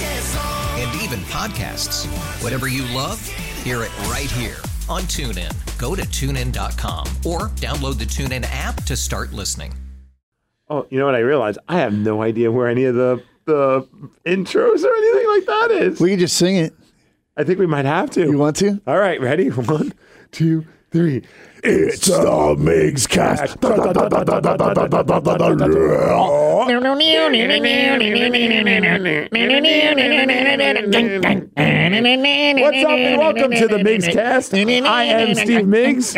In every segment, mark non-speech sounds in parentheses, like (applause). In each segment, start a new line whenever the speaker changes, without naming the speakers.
Yes, oh,
and even podcasts. Whatever you love, hear it right here on TuneIn. Go to tunein.com or download the TuneIn app to start listening.
Oh, you know what I realized? I have no idea where any of the the intros or anything like that is.
We can just sing it.
I think we might have to.
You want to?
All right, ready? (laughs) One, two, three.
It's the Migs Cast.
What's up and welcome to the Migs Cast. I am
(laughs)
Steve Miggs.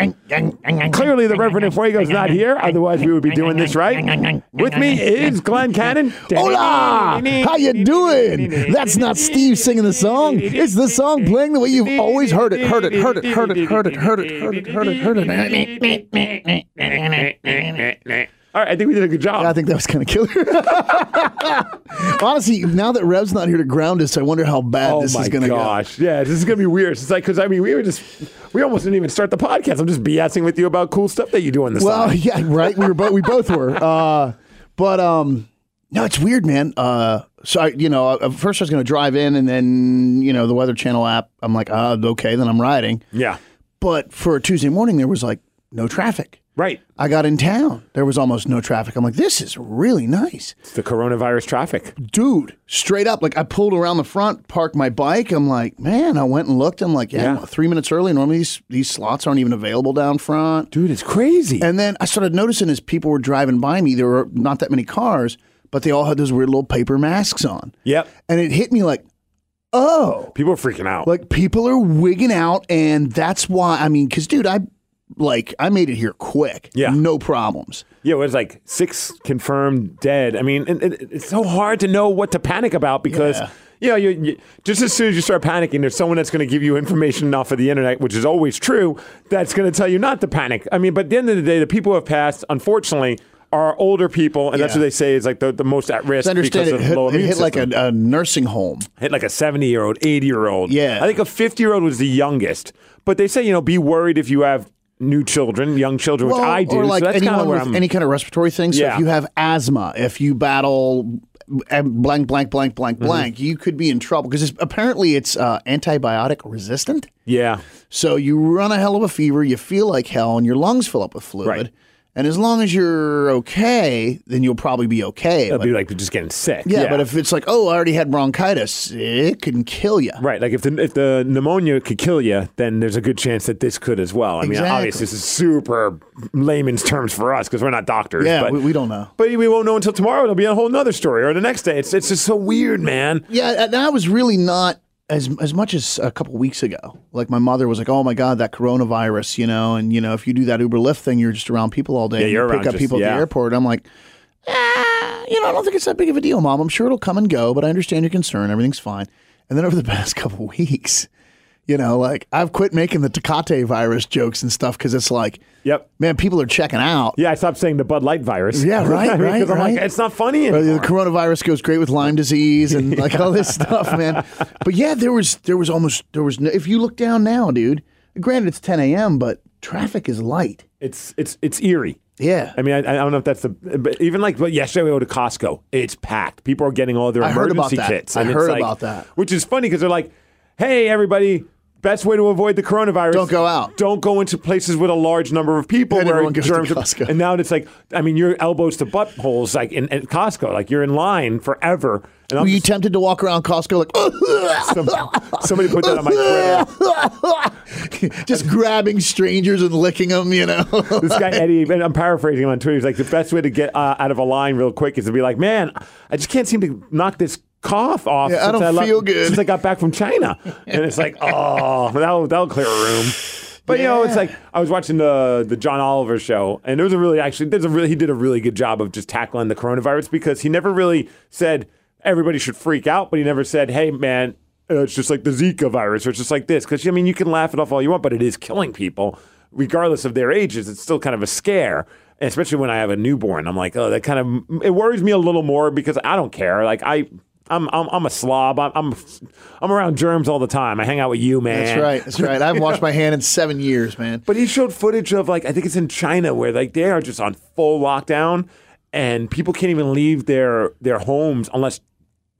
Clearly, the Reverend Fuego's not here. Otherwise, we would be doing this right. With me is Glenn Cannon.
(laughs) Hola! How you doing? That's not Steve singing the song. It's the song playing the way you've always heard it. Heard it, heard it, heard it, heard it, heard it, heard it, heard it, heard it.
All right, I think we did a good job.
I think that was kind (laughs) of killer. Honestly, now that Rev's not here to ground us, I wonder how bad
Oh
this
my
is going to go.
gosh! Yeah, this is gonna be weird. It's like because I mean we were just we almost didn't even start the podcast. I'm just BSing with you about cool stuff that you do on the
Well,
side.
(laughs) yeah, right. We were both we both were. Uh, but um, no, it's weird, man. Uh, so I, you know, at first I was going to drive in, and then you know the Weather Channel app. I'm like, uh, okay, then I'm riding.
Yeah,
But for a Tuesday morning, there was like no traffic.
right.
I got in town. There was almost no traffic. I'm like, this is really nice.
It's the coronavirus traffic.
dude, straight up, like I pulled around the front, parked my bike. I'm like, man, I went and looked. I'm like, yeah,
Yeah.
three minutes early. Normally these, these slots aren't even available down front.
Dude, it's crazy.
And then I started noticing as people were driving by me, there were not that many cars, but they all had those weird little paper masks on.
yep.
And it hit me like, oh,
People are freaking out.
like people are wigging out. And that's why, I mean, because dude, I like, I made it here quick.
Yeah.
No problems.
yeah, it was like six confirmed dead. I mean, and, and it's so hard to know what to panic about because.
Yeah.
You know, you, you, just as soon as you start panicking, there's someone that's going to give you information off of the internet, which is always true, that's going to tell you not to panic. I mean, but at the end of the day, the people who have passed, unfortunately, are older people, and that's
Yeah.
what they say is like the, the most at risk
I understand
because
it
of
hit,
low
it
immune
hit like a,
system.
a nursing home.
hit like a 70 year old, 80 year old.
Yeah.
I think a 50 year old was the youngest. But they say, you know, be worried if you have new children, young children, which
Well,
I do.
Or like
so that's kind
anyone
of where
with
I'm.
any kind of respiratory thing. So
Yeah.
if you have asthma, if you battle uh, blank, blank, blank,
Mm-hmm.
blank, blank, you could be in trouble because apparently it's uh, antibiotic resistant.
yeah.
So you run a hell of a fever, you feel like hell, and your lungs fill up with fluid.
Right.
And as long as you're okay, then you'll probably be okay.
It'd
But-
be like just getting sick.
yeah, but if it's like, oh, I already had bronchitis, it can kill you.
Right, like if the if the pneumonia could kill you, then there's a good chance that this could as well. I mean,
Exactly.
obviously this is super layman's terms for us because we're not doctors.
Yeah,
but,
we, we don't know.
but we won't know until tomorrow. It'll be a whole nother story, or the next day. It's it's just so weird, man.
Yeah, and I was really not as as much as a couple weeks ago. Like my mother was like, "Oh my God, that coronavirus," you know, and you know, if you do that Uber Lyft thing, you're just around people all day.
Yeah,
and you
you're
pick
around
up
just-
people at
yeah.
the airport. I'm like, ah, you know, I don't think it's that big of a deal, Mom. I'm sure it'll come and go, but I understand your concern. Everything's fine. And then over the (laughs) past couple weeks, you know, like I've quit making the Takate virus jokes and stuff because it's like,
Yep.
man, people are checking out.
Yeah, I stopped saying the Bud Light virus.
Yeah,
(laughs)
right,
I mean, 'cause
right,
I'm like,
right.
it's not funny
Or
anymore.
the coronavirus goes great with Lyme disease
(laughs)
and like all this stuff, man. But yeah, there was there was almost there was no, if you look down now, dude. Granted, it's 10 a.m., but traffic is light.
It's it's it's eerie.
Yeah,
I mean, I, I don't know if that's the, but even like but yesterday we go to Costco. It's packed. People are getting all their
I heard
emergency
about that.
kits.
I
and it's
heard
like-
about that.
which is funny because they're like, "Hey, everybody." Best way to avoid the coronavirus:
Don't go out.
Don't go into places with a large number of people
And
where
everyone goes to
germs. are,
Costco.
and now it's like, I mean, your elbows to buttholes, like in at Costco, like you're in line forever, And I'm
Were you
just-
tempted to walk around Costco like (laughs)
some- somebody put that on my Twitter.
(laughs) just grabbing strangers and licking them? You know, (laughs)
This guy Eddie, and I'm paraphrasing him on Twitter. He's like, the best way to get uh, out of a line real quick is to be like, man, I just can't seem to knock this cough off.
Yeah, I
since
don't
left-
feel good."
since I got back from China, and it's like, oh, that'll that'll clear a room. But you know, it's like I was watching the the John Oliver show, and there was a really actually there's a really he did a really good job of just tackling the coronavirus because he never really said everybody should freak out, but he never said, hey man. uh, It's just like the Zika virus, or it's just like this. Because, I mean, you can laugh it off all you want, but it is killing people regardless of their ages, it's still kind of a scare. And especially when I have a newborn, I'm like, oh, that kind of it worries me a little more because I don't care. Like I, I'm I'm, I'm a slob. I'm, I'm I'm around germs all the time. I hang out with you, man.
that's right, that's right. I haven't washed my hand in seven years, man.
But he showed footage of like I think it's in China where like they are just on full lockdown and people can't even leave their their homes unless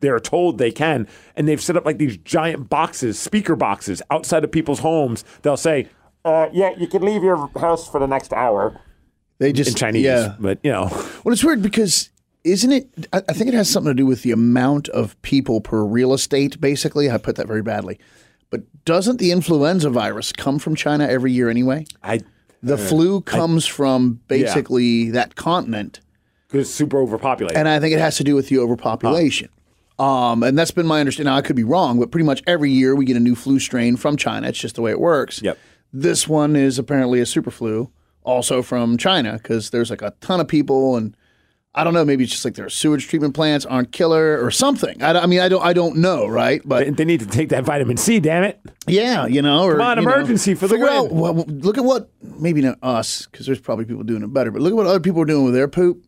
they're told they can. And they've set up like these giant boxes, speaker boxes outside of people's homes. They'll say, uh, yeah, you can leave your house for the next hour
They just
in Chinese,
Yeah.
but you know,
Well, it's weird because isn't it? I I think it has something to do with the amount of people per real estate. Basically, I put that very badly. But doesn't the influenza virus come from China every year anyway?
I
The flu comes from basically that continent,
because super overpopulated.
and I think it has to do with the overpopulation. Um, and that's been my understanding. Now I could be wrong, but pretty much every year we get a new flu strain from China. It's just the way it works.
Yep.
This one is apparently a super flu, also from China, because there's like a ton of people, and I don't know. Maybe it's just like their sewage treatment plants aren't killer or something. I, don't- I mean, I don't, I don't know, right? But
they, they need to take that vitamin C, damn it.
yeah, you know, or
Come on,
you know,
emergency for the
figure
win.
out what- what- look at what maybe not us because there's probably people doing it better, but look at what other people are doing with their poop,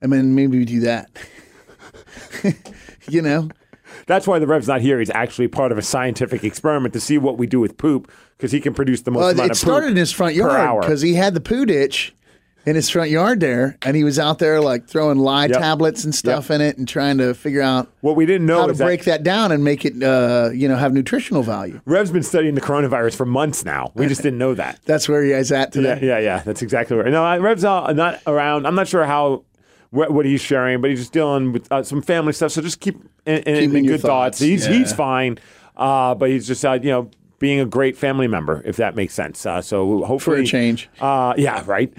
and then maybe we do that. (laughs) you know,
That's why the Rev's not here. He's actually part of a scientific experiment to see what we do with poop because he can produce the most
well,
amount
Uh, it
of poop
started in his front
per
yard
hour.
because he had the poo ditch in his front yard there, and he was out there like throwing lye
Yep.
tablets and stuff in it, and trying to figure out
What we didn't know
how to
is that-
break that down and make it, uh, you know, have nutritional value.
Rev's been studying the coronavirus for months now. We just didn't know
(laughs)
that.
That's where you guys at today.
Yeah, yeah, yeah. That's exactly right. No, I- Rev's not, not around. I'm not sure how what, what he's sharing, but he's just dealing with uh, some family stuff. So just keep in, in,
Keep
in
in your
good thoughts.
thoughts,
He's
yeah.
he's fine, uh, but he's just uh, you know being a great family member, if that makes sense. Uh, so hopefully
change.
Uh, yeah, right.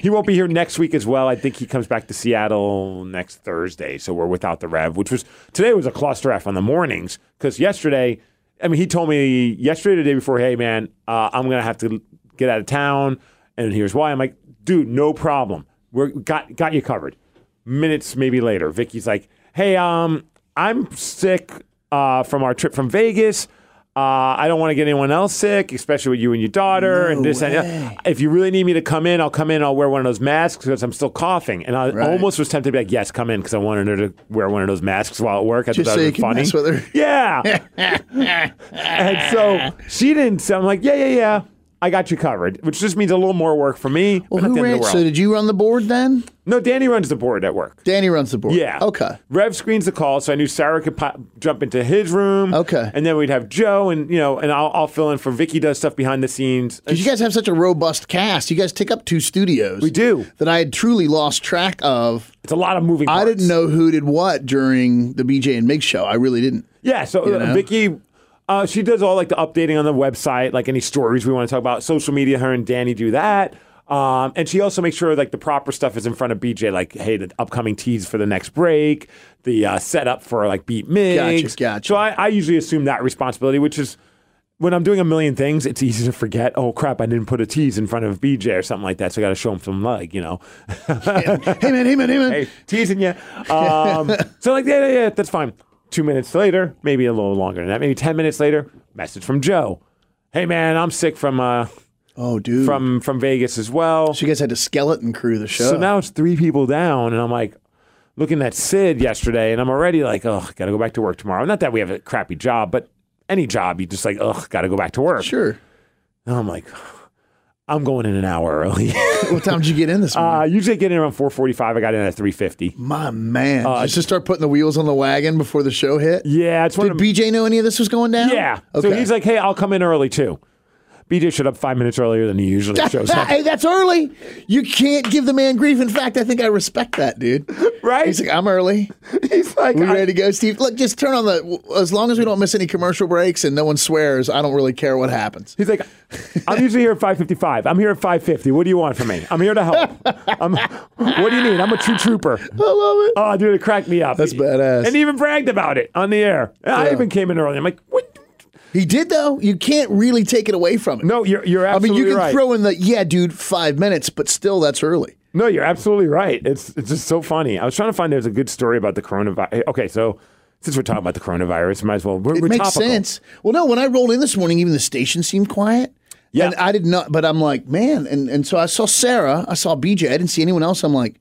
He won't be here next week as well. I think he comes back to Seattle next Thursday, so we're without the Rev, which was today was a cluster F on the mornings because yesterday, I mean, he told me yesterday, the day before, hey man, uh, I'm gonna have to get out of town, and here's why. I'm like, dude, no problem. We're got got you covered. Minutes maybe later, Vicky's like, hey, um, I'm sick uh, from our trip from Vegas. Uh, I don't want to get anyone else sick, especially with you and your daughter and this and that. If you really need me to come in, I'll come in. I'll wear one of those masks because I'm still coughing. And I
Right.
almost was tempted to be like, yes, come in because I wanted her to wear one of those masks while at work. I
Just
thought
so
that
you
was
can
funny.
mess with her. (laughs)
Yeah. and so she didn't. So I'm like, yeah, yeah, yeah. I got you covered, which just means a little more work for me.
Well,
but not
who
the end of
ran?
the world.
So did you run the board then?
no, Danny runs the board at work.
Danny runs the board.
Yeah.
Okay.
Rev screens the call, so I knew Sarah could pop, jump into his room.
Okay.
And then we'd have Joe, and you know, and I'll, I'll fill in for Vicky. Does stuff behind the scenes.
Because you guys have such a robust cast. You guys take up two studios.
We do.
That I had truly lost track of.
It's a lot of moving.
I
parts.
didn't know who did what during the BJ and Mig show. I really didn't.
Yeah. So uh,
know?
Vicky, uh, she does all like the updating on the website, like any stories we want to talk about, social media. Her and Danny do that. Um, and she also makes sure like the proper stuff is in front of BJ, like hey, the upcoming teas for the next break, the uh, setup for like beat mix.
Gotcha, gotcha.
So I, I usually assume that responsibility, which is when I'm doing a million things, it's easy to forget. Oh crap, I didn't put a tease in front of BJ or something like that. So I got to show him some love, you know.
Hey man, hey man, hey
(laughs)
man.
hey, teasing you. Um, so like, yeah, yeah, yeah, that's fine. Two minutes later, maybe a little longer than that, maybe ten minutes later, message from Joe. Hey man, I'm sick from uh,
Oh dude.
from from Vegas as well.
so you guys had to skeleton crew the show.
So now it's three people down, and I'm like looking at Sid yesterday, and I'm already like, oh, gotta go back to work tomorrow. Not that we have a crappy job, but any job, you just like, oh, gotta go back to work.
sure.
And I'm like, I'm going in an hour early. (laughs)
What time did you get
(laughs)
in this morning?
uh, usually I get in around 4:45. I got in at 3:50.
My man.
uh,
Just to start putting the wheels on the wagon before the show hit.
Yeah, it's one
Did
of
BJ know any of this was going down?
Yeah.
Okay.
So he's like, hey, I'll come in early too.
BJ showed up five minutes earlier than he usually
(laughs)
shows up.
hey, that's early. You can't give the man grief. In fact, I think I respect
(laughs)
that, dude.
Right?
He's like, I'm early.
He's like,
We
I-
ready to go, Steve? Look, just turn on the. As long as we don't miss any commercial breaks and no one swears, I don't really care what happens.
He's like, I'm usually here at 5:55. I'm here at 5:50. What do you want from me? I'm here to help. I'm, what do you need? I'm a true trooper.
I love it.
Oh, dude, it cracked me up.
That's badass.
And he even bragged about it on the air. And I even came in early. I'm like, what?
He did though. You can't really take it away from him.
No, you're you're
I mean,
absolutely
you can
right.
throw in the yeah, dude, five minutes, but still, that's early.
No, you're absolutely right. It's it's just so funny. I was trying to find there's a good story about the coronavirus. Okay, so since we're talking about the coronavirus, might as well. We're,
It
we're
makes
topical.
sense. Well, no, when I rolled in this morning, even the station seemed quiet.
Yeah.
And I did not, but I'm like, man. And, and so I saw Sarah, I saw BJ, I didn't see anyone else. I'm like,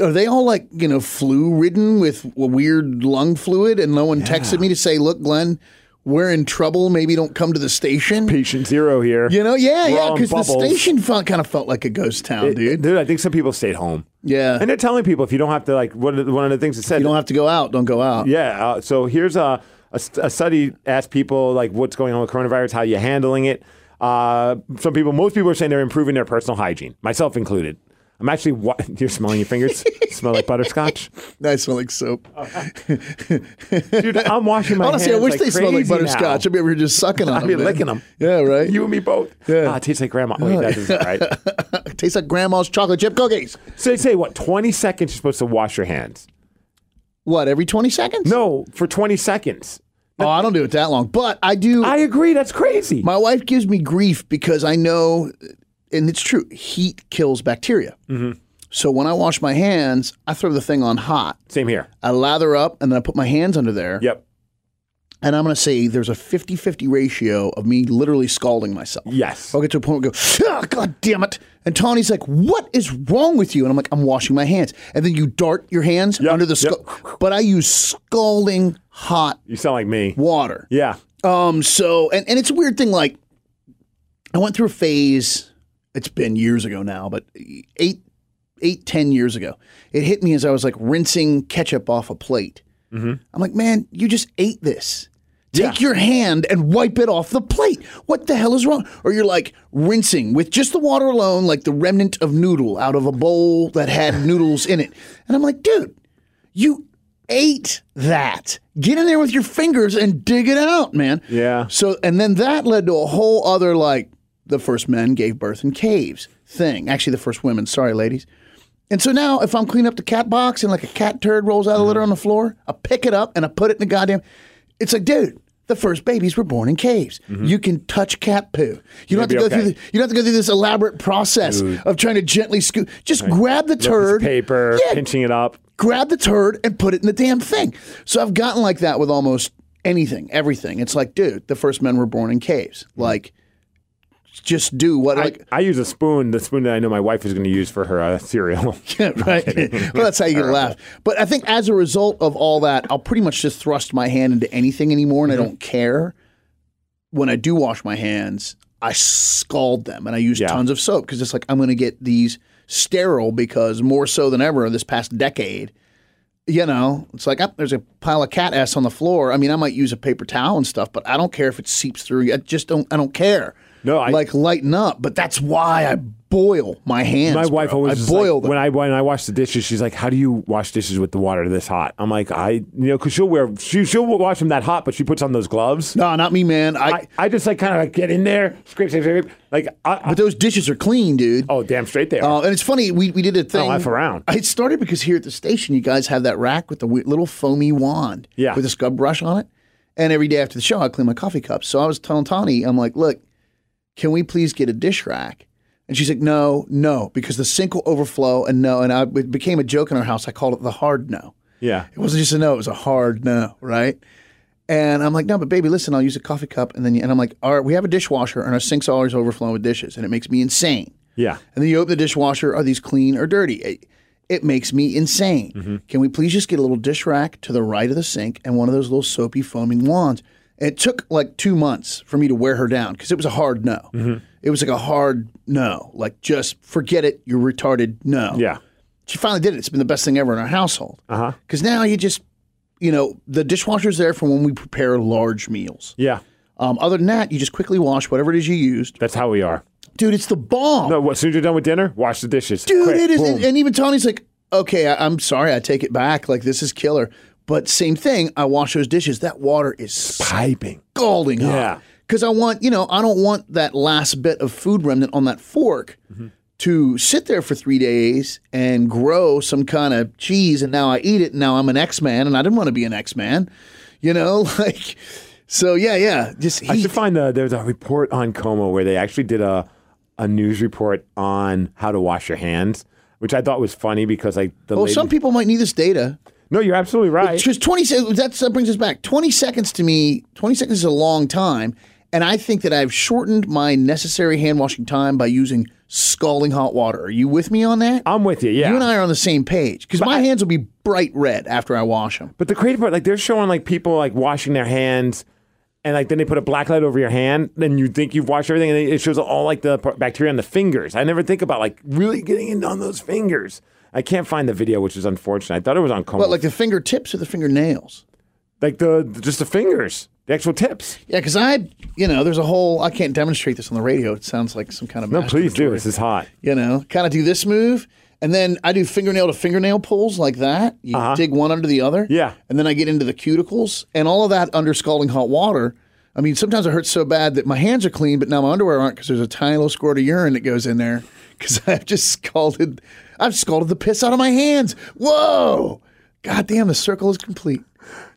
are they all like, you know, flu ridden with w- weird lung fluid? And no one texted me to say, look, Glenn, we're in trouble. Maybe don't come to the station.
Patient zero here.
You know, yeah,
We're
yeah,
all in
because the
bubbles.
station felt, kind of felt like a ghost town,
It-
dude.
dude, I think some people stayed home. (laughs)
yeah.
And they're telling people if you don't have to, like, one of the, one of the things it said,
you don't have to go out, don't go out.
Yeah. Uh, so here's a, a, st- a study asked people like what's going on with coronavirus, how you handling it. Uh, some people, most people are saying they're improving their personal hygiene, myself included. I'm actually. Wa- (laughs) You're smelling your
(laughs)
fingers. Smell like butterscotch,
I smell like soap.
dude. I'm washing my
Honestly, I
hands.
wish they smelled like
crazy now.
butterscotch. I'd be over here just sucking on
I'd
them.
be
man.
licking them.
Yeah, right.
You and me both.
Yeah.
Ah, it tastes like grandma. Wait,
(laughs)
that isn't right.
Tastes like grandma's chocolate chip cookies.
So they say what? 20 seconds you're supposed to wash your hands.
What, every 20 seconds?
No, for 20 seconds.
Oh, I don't do it that long. But I do.
I agree. That's crazy.
my wife gives me grief because I know, and it's true, heat kills bacteria. So when I wash my hands, I throw the thing on hot.
Same here.
I lather up and then I put my hands under there.
Yep.
And I'm going to say there's a 50 50 ratio of me literally scalding myself.
Yes.
I'll get to a point where I go, oh, God damn it. And Tawny's like, what is wrong with you? And I'm like, I'm washing my hands. And then you dart your hands
Yep,
under the
yep.
scald. But I use scalding hot
You sound like me.
water.
Yeah.
Um, so, and, and it's a weird thing. Like, I went through a phase, it's been years ago now, but eight, eight, ten years ago, it hit me as I was like rinsing ketchup off a plate.
Mm-hmm.
I'm like, man, you just ate this. Take your hand and wipe it off the plate. What the hell is wrong? Or you're like rinsing with just the water alone, like the remnant of noodle out of a bowl that had noodles in it. And I'm like, dude, you ate that. Get in there with your fingers and dig it out, man.
Yeah.
So, and then that led to a whole other like the first men gave birth in caves thing. Actually, the first women. Sorry, ladies. And so now, if I'm cleaning up the cat box and like a cat turd rolls out of the
Mm-hmm.
litter on the floor, I pick it up and I put it in the goddamn. It's like, dude, the first babies were born in caves. You can touch cat poo. You don't have to
Mm-hmm. be
go
okay.
through. The, you don't have to go through this elaborate process of trying to gently scoop. Just grab the turd,
Paper,
Yeah,
pinching it up.
grab the turd and put it in the damn thing. So I've gotten like that with almost anything, everything. It's like, dude, the first men were born in caves. Like, just do what,
I,
like,
I use a spoon, the spoon that I know my wife is going to use for her uh, cereal. (laughs)
(laughs) right? well, that's how you get a laugh. But I think as a result of all that, I'll pretty much just thrust my hand into anything anymore, and I don't care. When I do wash my hands, I scald them and I use
Yeah.
tons of soap because it's like I'm going to get these sterile because more so than ever this past decade. You know, it's like oh, there's a pile of cat ass on the floor. I mean, I might use a paper towel and stuff, but I don't care if it seeps through. I just don't. I don't care.
No, I-
like lighten up. But that's why I boil my hands.
my wife
bro.
always
I
is
boil
like,
them.
when I when I wash the dishes. She's like, "How do you wash dishes with the water this hot?" I'm like, "I you know because she'll wear she she'll wash them that hot, but she puts on those gloves."
No, not me, man. I,
I, I just like kind of like get in there, scrape, scrape, scrape. Like, I, I-
but those dishes are clean, dude.
oh damn straight there.
Uh, and it's funny we, we did a thing.
laugh around.
It started because here at the station, you guys have that rack with the we- little foamy wand,
Yeah.
with a scrub brush on it. And every day after the show, I clean my coffee cups. So I was telling Tawny, I'm like, look, can we please get a dish rack? And she's like, no, no, because the sink will overflow, and no, and I, it became a joke in our house. I called it the hard no.
yeah,
It wasn't just a no; it was a hard no, right? And I'm like, no, but baby, listen, I'll use a coffee cup, and then and I'm like, all right, we have a dishwasher, and our sink's always overflowing with dishes, and it makes me insane.
yeah.
And then you open the dishwasher, are these clean or dirty? It, it makes me insane. Can we please just get a little dish rack to the right of the sink and one of those little soapy foaming wands? It took like two months for me to wear her down because it was a hard no. It was like a hard no, like just forget it, you're retarded, no.
Yeah.
She finally did it. It's been the best thing ever in our household. Because now you just, you know, the dishwasher's there for when we prepare large meals.
Yeah.
Um, other than that, you just quickly wash whatever it is you used.
That's how we are.
Dude, it's the bomb.
No, what, as soon as you're done with dinner, wash the dishes.
Dude,
Quick,
it is.
boom.
And even Tony's like, okay, I, I'm sorry, I take it back. Like, this is killer. But same thing, I wash those dishes. That water is
piping.
scalding hot.
Yeah.
Because I want, you know, I don't want that last bit of food remnant on that fork
Mm-hmm.
to sit there for three days and grow some kind of cheese. And now I eat it and now I'm an X Man and I didn't want to be an X Man, you know? (laughs) Like, so yeah, yeah. Just
I
heat.
should find the there's a report on Como where they actually did a a news report on how to wash your hands, which I thought was funny because like the
well,
lady-
some people might need this data.
No, you're absolutely right.
Because 20 se- that's, that brings us back. 20 seconds to me, 20 seconds is a long time. And I think that I've shortened my necessary hand washing time by using scalding hot water. Are you with me on that?
I'm with you. Yeah.
You and I are on the same page because my
I-
hands will be bright red after I wash them.
But the crazy part, like they're showing like people like washing their hands, and like then they put a black light over your hand, then you think you've washed everything, and it shows all like the par- bacteria on the fingers. I never think about like really getting in on those fingers. I can't find the video, which is unfortunate. I thought it was on Como.
But like the fingertips or the fingernails.
like the just the fingers, the actual tips.
Yeah, because I, you know, there's a whole. I can't demonstrate this on the radio. It sounds like some kind of
No, please do.
masturbatory-
This is hot.
You know, kind of do this move, and then I do fingernail to fingernail pulls like that. You dig one under the other.
Uh-huh. Yeah.
and then I get into the cuticles and all of that under scalding hot water. I mean, sometimes it hurts so bad that my hands are clean, but now my underwear aren't because there's a tiny little squirt of urine that goes in there (laughs) because I've just scalded, I've scalded the piss out of my hands. Whoa! God damn, the circle is complete.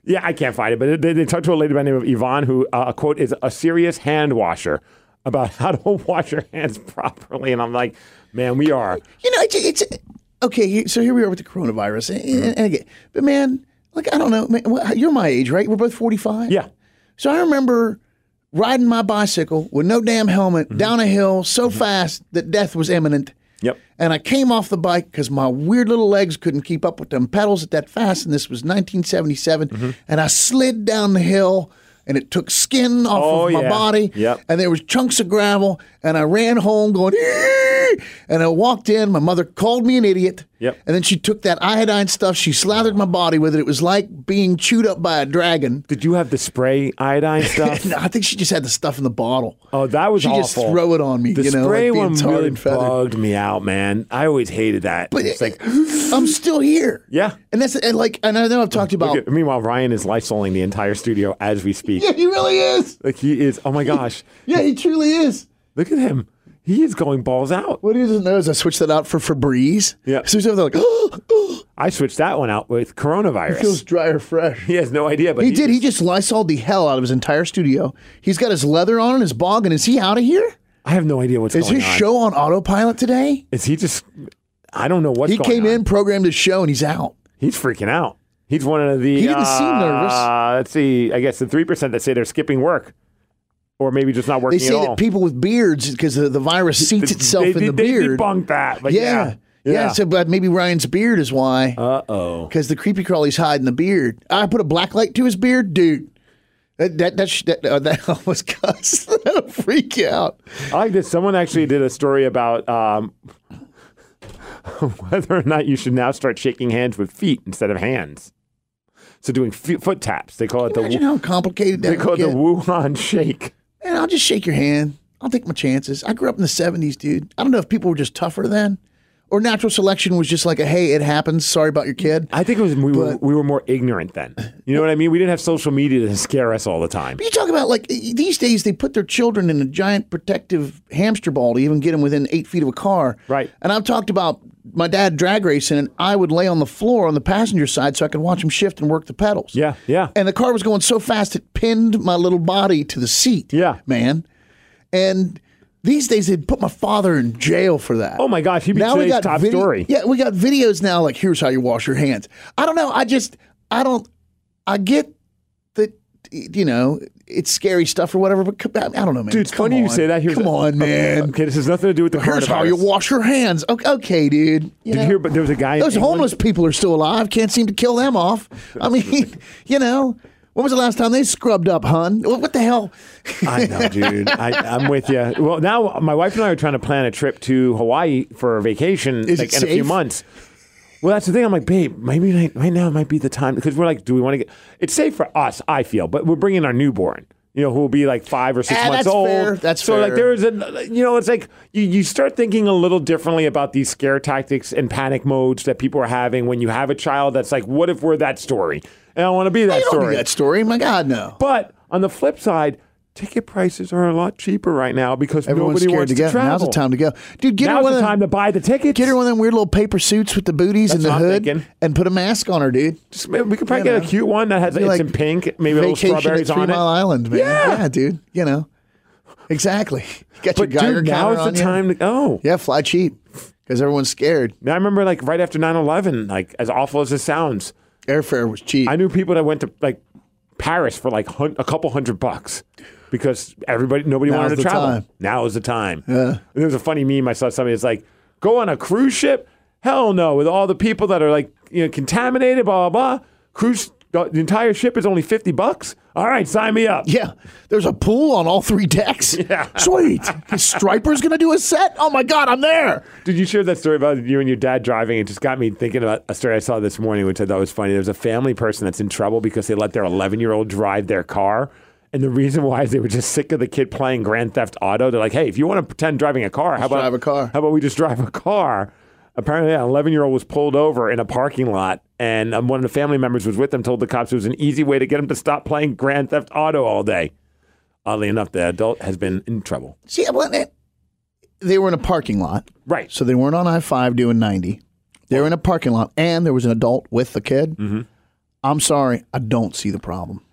Yeah, I can't find it, but they, they talked to a lady by the name of Yvonne who, uh, quote, is a serious hand washer about (laughs) how to wash your hands properly. And I'm like, man, we are.
You know, it's, it's okay. here- So here we are with the coronavirus, and, and, and again, but man, like I don't know, man, what- you're my age, right? We're both 45.
Yeah.
So I remember riding my bicycle with no damn helmet down a hill so fast that death was imminent.
Mm-hmm. Yep.
And I came off the bike because my weird little legs couldn't keep up with them pedals at that fast. And this was 1977.
Mm-hmm.
And I slid down the hill and it took skin off
Oh,
of my
yeah.
body.
Yep.
And there was chunks of gravel. And I ran home going, "Eeeh!" and I walked in. My mother called me an idiot.
Yep.
And then she took that iodine stuff. She slathered my body with it. It was like being chewed up by a dragon.
Did you have the spray iodine stuff?
No, I think she just had the stuff in the bottle.
Oh, that was
she
awful.
just throw it on me. (laughs)
The
you know,
spray
like being
one
tarred
really
and feathered.
bugged me out, man. I always hated that.
But
it's like,
I'm still here.
Yeah.
and that's and like and I know I've talked about.
Look at- meanwhile, Ryan is lysoling the entire studio as we speak.
Yeah, he really is.
Like he is. Oh my gosh,
Yeah, he truly is.
look at him. He is going balls out.
What he doesn't know is I switched that out for Febreze.
Yeah.
so he's over there like, (gasps) oh,
I switched that one out with coronavirus.
feels dry or fresh.
(laughs) he has no idea, but
He did. He just lysoled the hell out of his entire studio. He's got his leather on and his bog, and is he out of here?
I have no idea what's
Is
going
his
on.
show on autopilot today?
Is he just? I don't know what's
he
going
came
on.
in, programmed his show, and he's out.
He's freaking out. He's one of the.
He didn't seem nervous.
uh, Let's see. I guess the three percent that say they're skipping work, or maybe just not working
They say
at all.
that people with beards, because the, the virus seats
Th-
itself
they,
in the
they
beard.
debunked that. But
yeah.
yeah.
yeah. so but maybe Ryan's beard is why.
uh oh.
Because the creepy crawly's hiding the beard. I put a black light to his beard, dude. That that that sh- that, uh, that (laughs) almost (laughs) cussed. That'll freak you out.
I like this. Someone actually did a story about um, (laughs) whether or not you should now start shaking hands with feet instead of hands. So doing fe- foot taps. They call it the
Imagine how complicated
they
that
call
would
it the
get.
Wuhan shake.
Man, I'll just shake your hand. I'll take my chances. I grew up in the '70s, dude. I don't know if people were just tougher then, or natural selection was just like a hey, it happens. Sorry about your kid.
I think it was we were
But-
we were more ignorant then. You know what I mean? We didn't have social media to scare us all the time.
But you talk about like e, these days they put their children in a giant protective hamster ball to even get them within eight feet of a car.
Right.
And I've talked about my dad drag racing, and I would lay on the floor on the passenger side so I could watch him shift and work the pedals.
Yeah, yeah.
And the car was going so fast it pinned my little body to the seat.
Yeah.
Man. And these days they'd put my father in jail for that.
Oh my gosh, he'd be today's top
video-
story.
Yeah, we got videos now like here's how you wash your hands. I don't know. I just I don't I get that you know it's scary stuff or whatever. But come- I don't know, man.
Dude, it's
Come
funny you
on.
say that. Here's
come
a-
on, man.
Okay, this has nothing to do with the
Here's how you
coronavirus.
wash your hands. Okay, okay dude. You
Did
know,
you hear? But there was a guy. in
those
England-
homeless people are still alive. Can't seem to kill them off. I mean, (laughs) you know, when was the last time they scrubbed up, hun? What what the hell?
I know, dude. I, I'm with you. Well, now my wife and I are trying to plan a trip to Hawaii for a vacation
Is
like,
it
in a few
safe?
months. Well, that's the thing. I'm like, babe, maybe right, right now might be the time because we're like, do we want to get? It's safe for us, I feel, but we're bringing our newborn. you know, who will be like five or six
Ah,
months
that's
old.
fair. That's
so like
fair.
there is a you know, it's like you, you start thinking a little differently about these scare tactics and panic modes that people are having when you have a child that's like, what if we're that story? And I want to be that
I Oh, don't
story.
need that story. My God, no.
But on the flip side, ticket prices are a lot cheaper right now because
Everyone's
nobody
scared
wants
to
to,
go.
travel.
Now's the time to go, dude. Get her
Now's
one
the
of them,
time to buy the tickets.
Get her one of them weird little paper suits with the booties and
That's
the
what I'm
hood,
thinking.
and put a mask on her, dude.
Just- maybe we could probably
You
get a
know.
cute one that has
Be
it's
like
in pink, maybe a little
Vacation at
strawberries
Three
on
Mile
it.
Island, man.
Yeah.
dude. You know, exactly. (laughs) You got
But
your Geiger
dude,
counter
now's the
on you.
time to go.
Yeah, fly cheap because everyone's scared.
Now, I remember like right after 9-11, like as awful as it sounds,
Airfare was cheap.
I knew people that went to like Paris for like hun- a couple hundred bucks because everybody nobody
Now's
wanted to
the
travel.
time.
Now is the time. Yeah. There was a funny meme I saw. Somebody that's like, "Go on a cruise ship? Hell no!" With all the people that are like you know contaminated, blah blah blah. Cruise the the entire ship is only fifty bucks. All right, sign me
(laughs)
up.
yeah, there's a pool on all
(laughs)
three decks. Yeah. Sweet. Striper's going to do a set. Oh my God, I'm there.
Did you share that story about you and your dad driving? It just got me thinking about a story I saw this morning, which I thought was funny. There's a family person that's in trouble because they let their 11 year old drive their car. And the reason why is they were just sick of the kid playing Grand Theft Auto. They're like, hey, if you want to pretend driving a car, how about
drive a car."
How about we just drive a car? Apparently, an 11 year old was pulled over in a parking lot, and um, one of the family members was with them, told the cops it was an easy way to get him to stop playing Grand Theft Auto all day. Oddly enough, the adult has been in trouble.
See, I wasn't it. They were in a parking lot,
Right.
so they weren't on I five doing ninety. They were in a parking lot, and there was an adult with the kid.
Mm-hmm.
I'm sorry, I don't see the problem.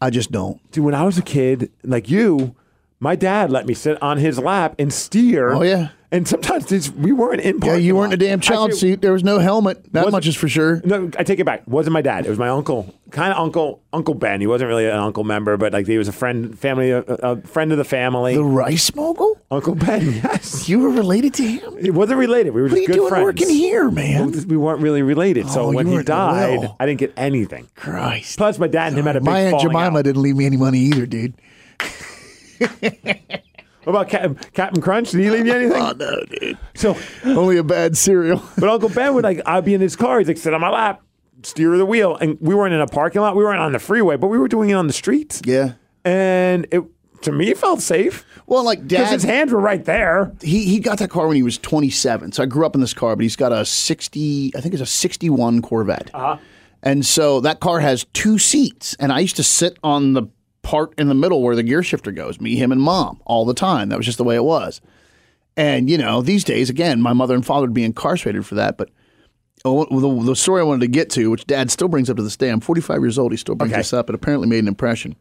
I just don't.
Dude, when I was a kid, like you, my dad let me sit on his lap and steer.
Oh, yeah.
And sometimes these, we weren't in.
Yeah,
parking
you weren't in a
lot.
damn child
Actually,
seat. There was no helmet. That
Was-
much is for sure.
No, I take it back. It wasn't my dad. It was my uncle, kind of uncle, Uncle Ben. He wasn't really an uncle member, but like he was a friend, family, a, a friend of the family.
The rice mogul?
uncle Ben. (laughs) Yes.
You were related to him?
It wasn't related. We were
What are
just
you
good
doing
friends.
working here, man?
We weren't really related. So
Oh,
when
you
he
were in the
died,
will.
I didn't get anything.
Christ.
Plus, my dad and him had a big
My Aunt
falling
Jemima
out.
didn't leave me any money either, dude.
What about Captain, Captain Crunch? Did he leave you anything?
Oh, no, dude.
so
Only a bad cereal.
But Uncle Ben would like, I'd be in his car. He's like, sit on my lap, steer the wheel. And we weren't in a parking lot. We weren't on the freeway, but we were doing it on the streets.
yeah.
And it, to me, it felt safe
Well, like
because his
dad,
hands were right there.
he, he got that car when he was 27. So I grew up in this car, but he's got a 60, I think it's a 61 Corvette. Uh-huh. And so that car has two seats. And I used to sit on the part in the middle where the gear shifter goes, me, him, and mom all the time. That was just the way it was. And, you know, these days, again, my mother and father would be incarcerated for that. But oh, the, the story I wanted to get to, which dad still brings up to this day, I'm 45 years old. He still brings
Okay.
this up. It apparently made an impression.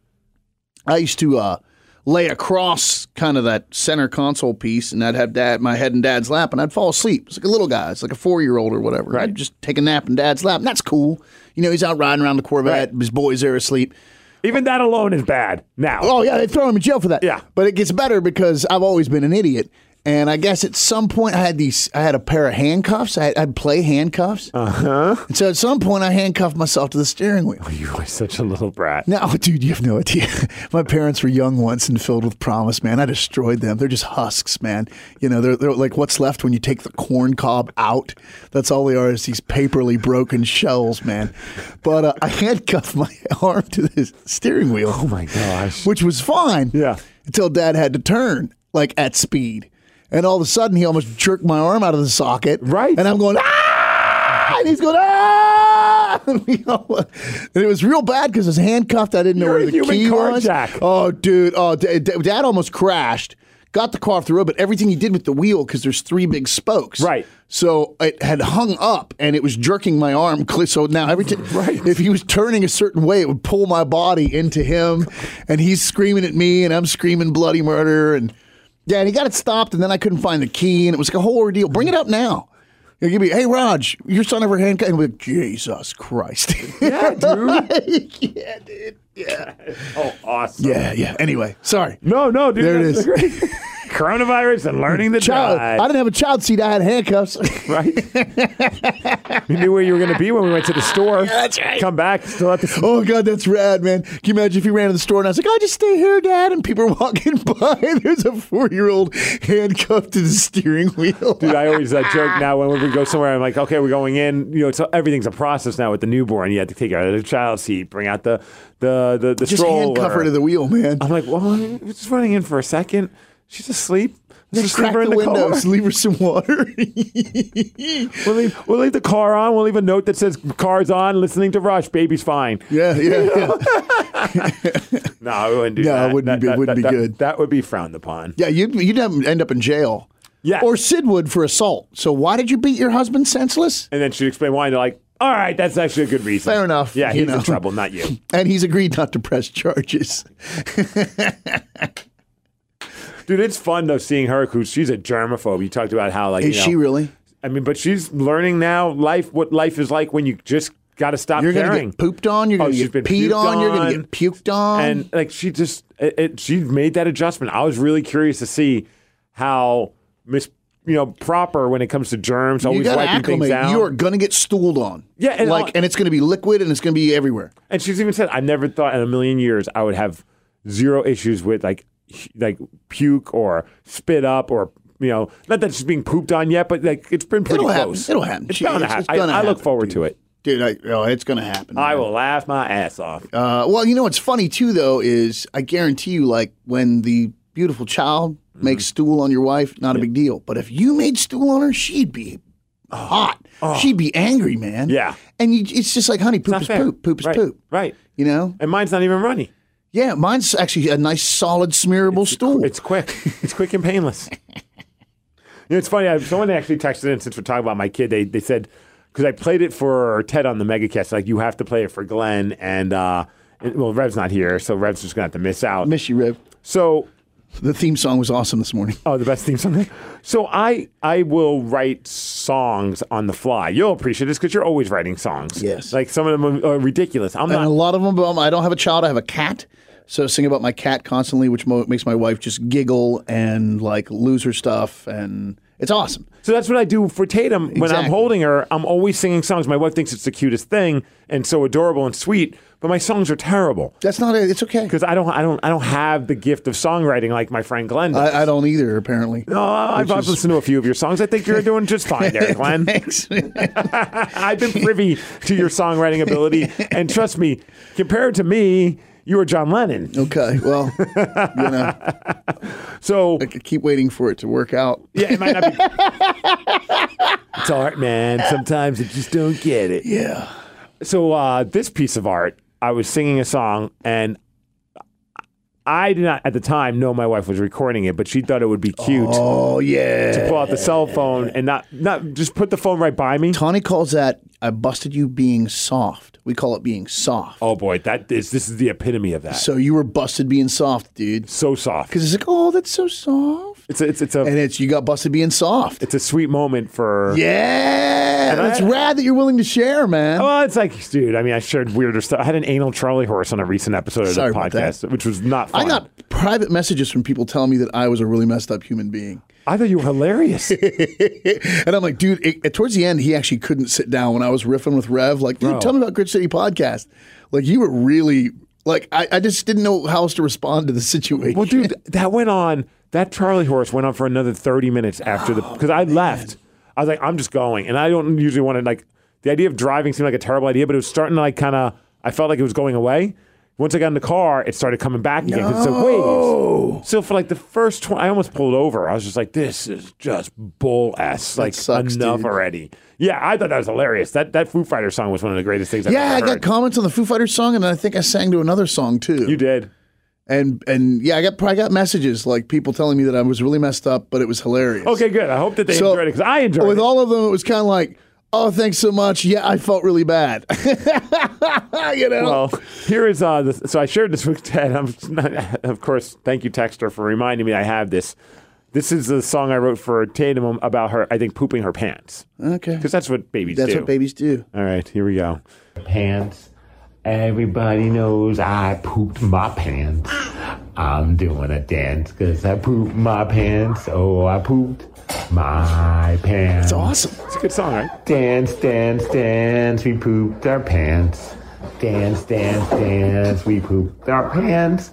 I used to uh, lay across kind of that center console piece, and I'd have dad my head in dad's lap, and I'd fall asleep. It's like a little guy, it's like a four year old or whatever. I'd just take a nap in dad's lap, and that's cool. You know, he's out riding around the Corvette, his boys are asleep.
Even that alone is bad now.
(laughs)
Oh yeah, they throw him in jail for that.
Yeah.
but it gets better because I've always been an idiot, and I guess at some point I had these. I had a pair of handcuffs. I, I'd play handcuffs. Uh huh. And so at some point I handcuffed myself to the steering wheel.
You are such a little brat.
Now, dude, you have no (laughs) idea. My parents were young once and filled with promise, man. I destroyed them. They're just husks, man. You know, they're, they're like what's left when you take the corn cob out. That's all they are is these paperly broken shells, man. But uh, (laughs) I handcuffed my arm to the steering wheel.
Oh my gosh.
Which was fine.
Yeah.
Until dad had to turn, like at speed. And all of a sudden, he almost jerked my arm out of the socket.
Right.
And I'm going, ah! And he's going, ah! (laughs) You know, and it was real bad because it was handcuffed. I didn't know
You're
where
a
the
human
key was.
carjack.
Oh, dude. Oh, da- da- dad almost crashed. Got the car off the road, but everything he did with the wheel, because there's three big spokes.
Right.
So it had hung up and it was jerking my arm. cl- So now every time,
Right.
if he was turning a certain way, it would pull my body into him, and he's screaming at me, and I'm screaming bloody murder, and yeah, and he got it stopped, and then I couldn't find the key, and it was like a whole ordeal. Bring it up now. He'll give me, hey Raj, your son ever handcuffed? And we're like, Jesus Christ.
Yeah, dude.
(laughs) yeah, dude. Yeah.
oh, awesome.
Yeah, yeah. Anyway, sorry.
No, no, dude.
There it
that's
is. (laughs)
great.
coronavirus and learning the
Child,
drive.
I didn't have a child seat. I
(laughs)
had handcuffs.
right? you knew where you were going to be when we went to the store. that's right. Come back, still at the.
oh God, that's rad, man. Can you imagine if you ran to the store and I was like, "I just stay here, Dad," and people are walking (laughs) by, and there's a four-year-old handcuffed to the steering wheel.
Dude, I always uh, joke now when we go somewhere. I'm like, okay, we're going in. You know, it's, everything's a process now with the newborn. You have to take out the child seat, bring out the the the, the
just
stroller.
handcuff her to the wheel, man.
I'm like, well, we're just running in for a second. She's asleep. Let's
Just
just leave
crack
her
the,
in the, car.
windows, leave her some water. (laughs)
We'll leave, we'll leave the car on. We'll leave a note that says "Car's on, listening to Rush." Baby's fine.
yeah, yeah, yeah.
No, I wouldn't do
No, it
that.
wouldn't
That-
be-
that-
wouldn't be
that-
good.
That would be frowned upon.
Yeah, you'd, you'd have, end up in jail.
Yeah.
Or Sid would for assault. So why did you beat your husband senseless?
And then she'd explain why, and they're like, "All right, that's actually a good reason."
Fair enough,
Yeah,
you
he's
know.
in trouble, not you.
(laughs) And he's agreed not to press charges.
Dude, it's fun though seeing her because she's a germaphobe. You talked about how like (laughs)
Is
you know-
she really?
I mean, but she's learning now life what life is like when you just got to stop
You're going to
caring.
get pooped on. You're
Oh,
going to
she's been
get peed
puked
on. You're going to
on.
get puked on.
and like she just it, it, she made that adjustment. I was really curious to see how Miss you know proper when it comes to germs,
you
always
got to
wiping things
acclimate.
out.
You are going to get stooled on.
Yeah, and
like,
I'll-
and it's going to be liquid and it's going to be everywhere.
And she's even said, I never thought in a million years I would have zero issues with like hu- like puke or spit up or you know, not that she's being pooped on yet, but like it's been pretty
It'll happen.
close.
It'll happen.
It's
She-
bound to
it's-
happen.
it's gonna
I, I look
happen,
forward to it.
Dude, I, oh, it's going to happen.
I
man.
will laugh my ass off.
Uh, well, you know what's funny too, though, is I guarantee you, like when the beautiful child
Mm-hmm.
makes stool on your wife, not a big deal. But if you made stool on her, she'd be hot. She'd be angry, man.
Oh. Yeah.
And you, it's just like, honey, poop
Not
is
fair.
poop. Poop is
Right.
poop.
Right.
You know?
And mine's not even runny.
Yeah, mine's actually a nice, solid, smearable stool.
It's quick. It's quick and painless. You know, it's funny. I, someone actually texted in since we're talking about my kid. They they said because I played it for Ted on the MegaCast. Like you have to play it for Glenn and uh, and- well, Rev's not here, so Rev's just gonna have to miss out.
Miss you, Rev.
So
The theme song was awesome this morning.
Oh, the best theme song. there. So I I will write songs on the fly. You'll appreciate this because you're always writing songs.
Yes.
Like some of them are, are ridiculous. I'm
And a (laughs)
not.
lot of them, about I don't have a child. I have a cat. So I sing about my cat constantly, which mo- makes my wife just giggle and like lose her stuff, and it's awesome.
So that's what I do for Tatum when I'm
Exactly.
holding her. I'm always singing songs. My wife thinks it's the cutest thing and so adorable and sweet, but my songs are terrible
That's not it. It's okay.
because I don't I don't I don't have the gift of songwriting like my friend Glenn. Does.
I, I don't either, apparently.
no, I've, I've listened to a few of your songs. I think you're doing just fine there, Glenn.
(laughs) Thanks.
I've been privy to your songwriting ability, and trust me, compared to me, you are John Lennon.
okay. Well,
So
I keep waiting for it to work out.
Yeah, it might not be. it's art, man. Sometimes you just don't get it.
Yeah.
So uh, this piece of art, I was singing a song, and I did not at the time know my wife was recording it, but she thought it would be cute
Oh yeah.
to pull out the cell phone and not not just put the phone right by me.
Tawny calls that "I busted you being soft." We call it being soft.
Oh boy, that is this is the epitome of that. So,
So you were busted being soft, dude.
soft.
Because it's like, oh, that's so soft,
It's a, it's it's a
and it's you got busted being soft.
it's a sweet moment for.
Yeah,
And I- Oh,
that's rad that you're willing to share, man.
Well, it's like, dude. I mean, I shared weirder stuff. I had an anal Charlie horse on a recent episode of
Sorry
the
about that.
podcast, which was not.
I
Fun.
got private messages from people telling me that I was a really messed up human being.
I thought you were hilarious.
(laughs) And I'm like, dude, it, it- towards the end, he actually couldn't sit down when I was riffing with Rev. Like, dude,
Bro.
tell me about Grid City Podcast. Like, you were really, like, I, I just didn't know how else to respond to the situation.
Well, dude, that went on. That Charlie horse went on for another thirty minutes after the
Oh,
because I left. I was like, I'm just going, and I don't usually want to like the idea of driving seemed like a terrible idea, but it was starting to like kind of. I felt like it was going away. Once I got in the car, it started coming back again. 'cause It's like, wait. So for like the first twenty, I almost pulled over. I was just like, this is just bull ass. Like
sucks,
enough
dude.
already. Yeah, I thought that was hilarious. That that Foo Fighter song was one of the greatest things. I've
(laughs) yeah, I
ever
got
heard.
comments on the Foo Fighters song, and I think I sang to another song too.
you did.
And and yeah, I got probably got messages like people telling me that I was really messed up, but it was hilarious.
Okay, good. I hope that they
So,
enjoyed it because I enjoyed
With
it.
all of them, it was kind of like, oh, thanks so much. Yeah, I felt really bad. (laughs) you know.
Well, here is uh, the, so I shared this with Ted. I'm of course, thank you, Texter, for reminding me I have this. This is the song I wrote for Tatum about her, I think, pooping her pants
okay.
because that's what babies
That's
do.
what babies do.
All right, here we go.
pants. Everybody knows I pooped my pants.
I'm doing a dance because I pooped my pants. Oh, I pooped my pants.
It's awesome. It's a good song, right?
Dance, dance, dance, we pooped our pants. Dance, dance, dance, we pooped our pants.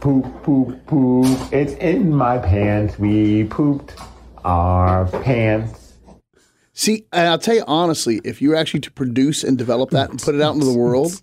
Poop, poop, poop, it's in my pants. We pooped our pants.
See, and I'll tell you honestly, if you were actually to produce and develop that and put it out into the world,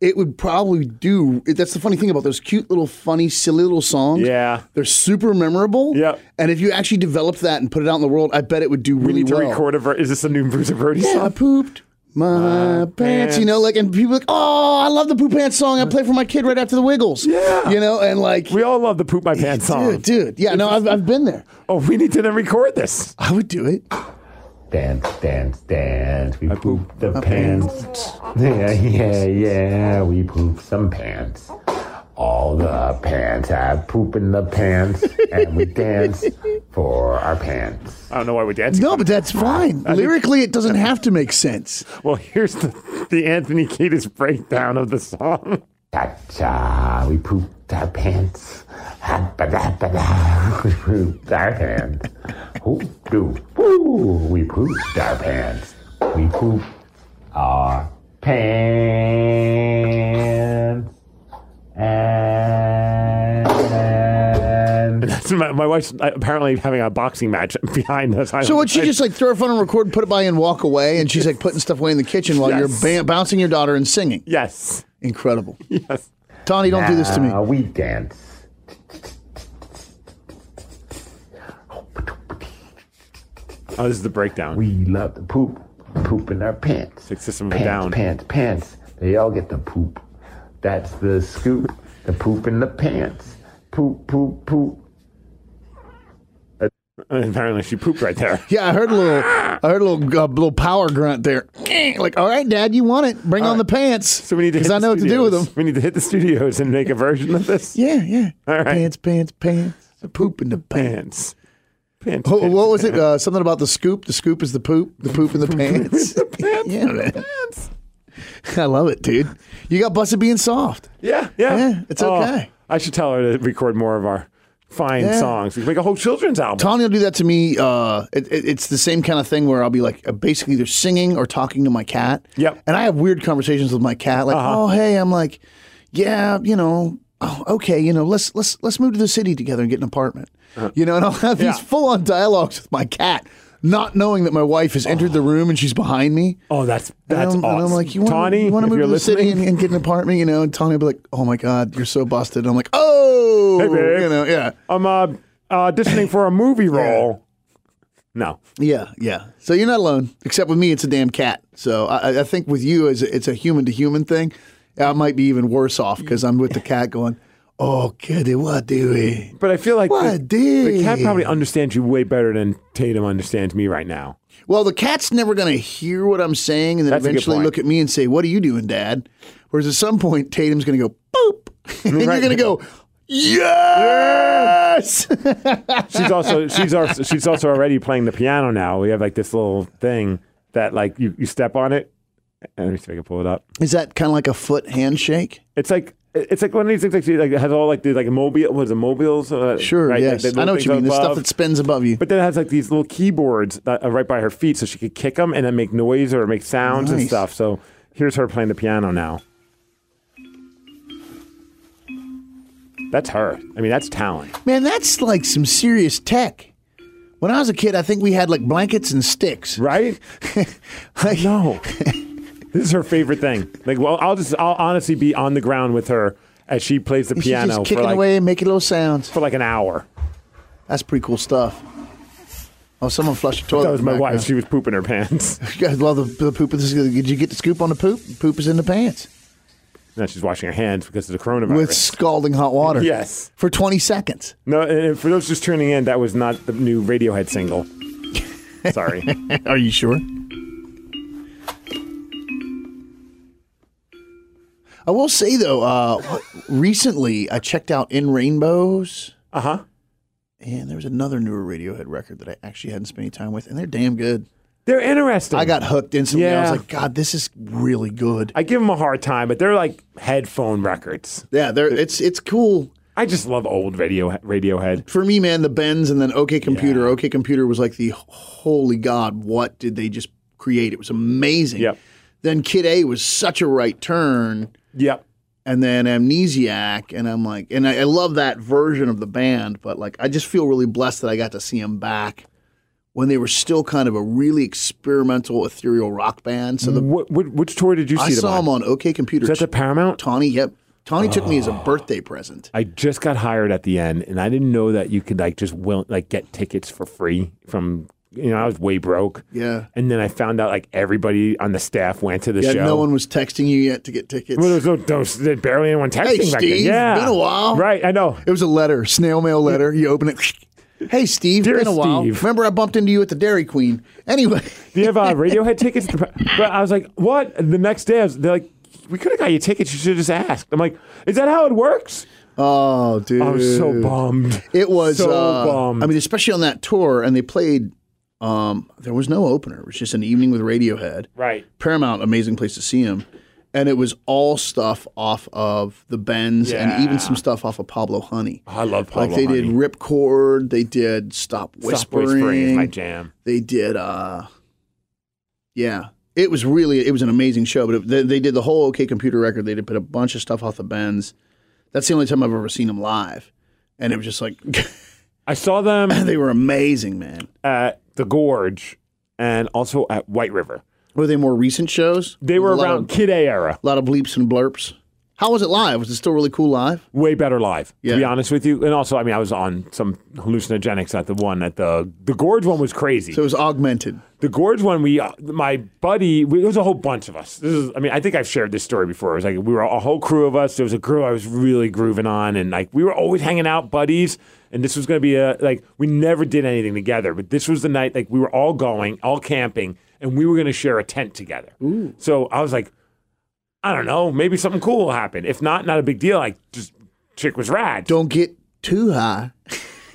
it would probably do. That's the funny thing about those cute little, funny, silly little songs.
Yeah.
they're super memorable.
Yep.
and if you actually developed that and put it out in the world, I bet it would do
We
really
need to
well.
record a ver- Is this a new Bruce Verdi
Yeah, I
song?
pooped my pants. You know, like, and people are like, oh, I love the poop pants song. I play for my kid right after the Wiggles.
Yeah.
you know, and like,
We all love the poop my pants song.
dude, dude, yeah, no, I've, I've been there.
Oh, we need to then record this.
I would do it.
Dance, dance, dance, we pooped the pants. Yeah, yeah, yeah, we pooped some pants. All the pants, I poop in the pants, and we dance for our pants.
I don't know why we dance.
No, but that's fine. Lyrically, it doesn't have to make sense.
Well, here's the, the Anthony Kiedis breakdown of the song. (laughs)
Cha-cha, ah, we pooped our pants. Ha-ba-da-ba-da, we pooped our pants. Hoop-doo, woo, we pooped our pants. We pooped our pants. And...
So my, my wife's uh, apparently having a boxing match behind us. I-
So would she
I-
just like throw her phone on record, put it by, and walk away? And she's like putting stuff away in the kitchen while
Yes.
you're ba- bouncing your daughter and singing.
Yes.
Incredible,
Yes.
Tony. Don't do this to me.
Now we dance.
Oh, this is the breakdown.
(laughs)
We love to poop. Poop in our pants.
Six System of a
pants,
Down.
Pants, pants. They all get the poop. That's the scoop. the poop in the pants. Poop, poop, poop.
Apparently, she pooped right there.
Yeah, I heard a little, I heard a little, uh, little power grunt there. (clears throat) Like, all right, Dad, you want it? Bring on the pants.
So we need to hit
because I
the
know what to do with them.
studios. We need to hit the studios and make a version of this.
(laughs) Yeah, yeah.
All right.
Pants, pants, pants. The poop in the pants.
Pants. Pants.
Wh- What was it? Uh, something about the scoop. The scoop is the poop. The poop
(laughs)
in the pants. (laughs) yeah, man.
Pants.
I love it, dude. You got busted being soft.
Yeah, yeah.
(laughs) Yeah, it's
Oh,
okay.
I should tell her to record more of our fine
Yeah.
songs. We can make a whole children's album.
Tanya will do that to me. Uh, it, it- it's the same kind of thing where I'll be like, uh, basically, either singing or talking to my cat.
Yep. Uh-huh.
And I have weird conversations with my cat. Like, oh, hey, I'm like, yeah, you know, oh, okay, you know, let's let's let's move to the city together and get an apartment. You know, and I'll have
Uh-huh. Yeah.
these full on dialogues with my cat, not knowing that my wife has entered the room and she's behind me.
oh, that's
And
that's
I'm,
awesome.
and I'm like, you want,
Tawny,
you want to
if
move
you're
to the city
listening,
and, and get an apartment, you know? And Tawny will be like, oh my God, you're so busted. And I'm like, oh,
Hey, babe.
you know, yeah.
I'm uh, auditioning for a movie role. No,
Yeah, yeah. So you're not alone. Except with me, it's a damn cat. So I, I- I think with you, is it's a human to human thing. I might be even worse off because I'm with the cat going, "Oh, kitty, what do we?"
but I feel like
What
the,
a dig.
the cat probably understands you way better than Tatum understands me right now.
Well, the cat's never going to hear what I'm saying, and then
That's a good
eventually
point.
look at me and say, "What are you doing, Dad?" Whereas at some point, Tatum's going to go boop, (laughs) and
Right.
you're going to go yes. (laughs)
She's also she's also she's also already playing the piano now. We have like this little thing that like you, you step on it. Let me see if I can pull it up.
is that kind of like a foot handshake?
It's like it's like one of these things like, like it has all like the like mobile what is it mobiles? Uh,
Sure.
right? Like,
yes.
the little
I know what you
things
mean. The stuff
above.
that spins above you.
But then it has like these little keyboards that are right by her feet, so she could kick them and then make noise or make sounds and
Nice.
stuff. So here's her playing the piano now. That's her. I mean, that's talent.
Man, that's like some serious tech. When I was a kid, I think we had like blankets and sticks. (laughs)
right?
Like, (laughs)
No, this is her favorite thing. Like, well, I'll just, I'll honestly be on the ground with her as she plays the
she's
piano
just
for
kicking
like,
away and making little sounds.
for like an hour.
That's pretty cool stuff. Oh, someone flushed the toilet.
That was
in the
my wife.
background.
She was pooping her pants. (laughs)
(laughs) You guys love the, the poop. of this- Did you get the scoop on the poop? Poop is in the pants
now she's washing her hands because of the coronavirus.
with scalding hot water.
Yes.
For 20 seconds.
no, and and for those just tuning in, that was not the new Radiohead single.
(laughs)
Sorry.
Are you sure? I will say though, uh, recently I checked out In Rainbows.
Uh huh.
And there was another newer Radiohead record that I actually hadn't spent any time with, and they're damn good.
They're interesting.
I got hooked instantly. I
Yeah.
was like, God, this is really good.
I give them a hard time, but they're like headphone records.
Yeah, they're it's it's cool.
I just love old radio Radiohead.
For me, man, the Benz and then OK Computer. OK Computer was like the holy god. What did they just create? It was amazing.
Yep.
Then Kid A was such a right turn,
Yep.
and then Amnesiac, and I'm like, and I, I love that version of the band, but like, I just feel really blessed that I got to see them back when they were still kind of a really experimental, ethereal rock band. So the
What, what, which tour did you
I
Mm. see them
saw
on?
them on OK Computer.
Is that the Paramount? Oh.
Tawny, yep. Tawny took me as a birthday present.
I just got hired at the end, and I didn't know that you could like just will like get tickets for free from you know I was way broke.
Yeah.
And then I found out like everybody on the staff went to the
Yeah,
show.
no one was texting you yet to get tickets.
Well, there's no, there's there's barely anyone texting back then.
Steve,
Yeah,
been a while.
Right, I know.
It was a letter, snail mail letter. You open it. (laughs) Hey, Steve,
Dear
been a while.
Steve.
Remember I bumped into you at the Dairy Queen. Anyway, (laughs)
Do you have uh, Radiohead tickets? But I was like, what? And the next day, I was, they're like, we could have got you tickets. You should have just asked. I'm like, is that how it works?
oh, dude.
I was so bummed.
It was.
so
uh,
bummed.
I mean, especially on that tour, and they played. Um, there was no opener. It was just an evening with Radiohead.
right.
Paramount, amazing place to see him. And it was all stuff off of the Bends and even some stuff off of Pablo Honey.
I love Pablo
Like they did
Honey.
Ripcord, they did Stop
Stop
Whispering.
whispering is my jam.
They did, uh, yeah. It was really, it was an amazing show. But it, they, they did the whole OK Computer record. They did put a bunch of stuff off the Bends. That's the only time I've ever seen them live. And it was just like,
I saw them
(laughs) they were amazing, man.
at Uh, the Gorge and also at White River.
Were they more recent shows?
They were
A lot
around
of-
Kid A era.
A lot of bleeps and blurps. How was it live? Was it still really cool live?
Way better live,
Yeah.
to be honest with you. And also, I mean, I was on some hallucinogenics at the one at the the gorge one was crazy.
So it was augmented.
The gorge one, we, uh, my buddy, we, it was a whole bunch of us. This is, I mean, I think I've shared this story before. It was like we were a whole crew of us. There was a crew I was really grooving on, and like we were always hanging out, buddies. And this was going to be a like we never did anything together, but this was the night like we were all going, all camping, and we were going to share a tent together. So I was like, I don't know, maybe something cool will happen. If not, not a big deal. Like just chick was rad.
Don't get too high.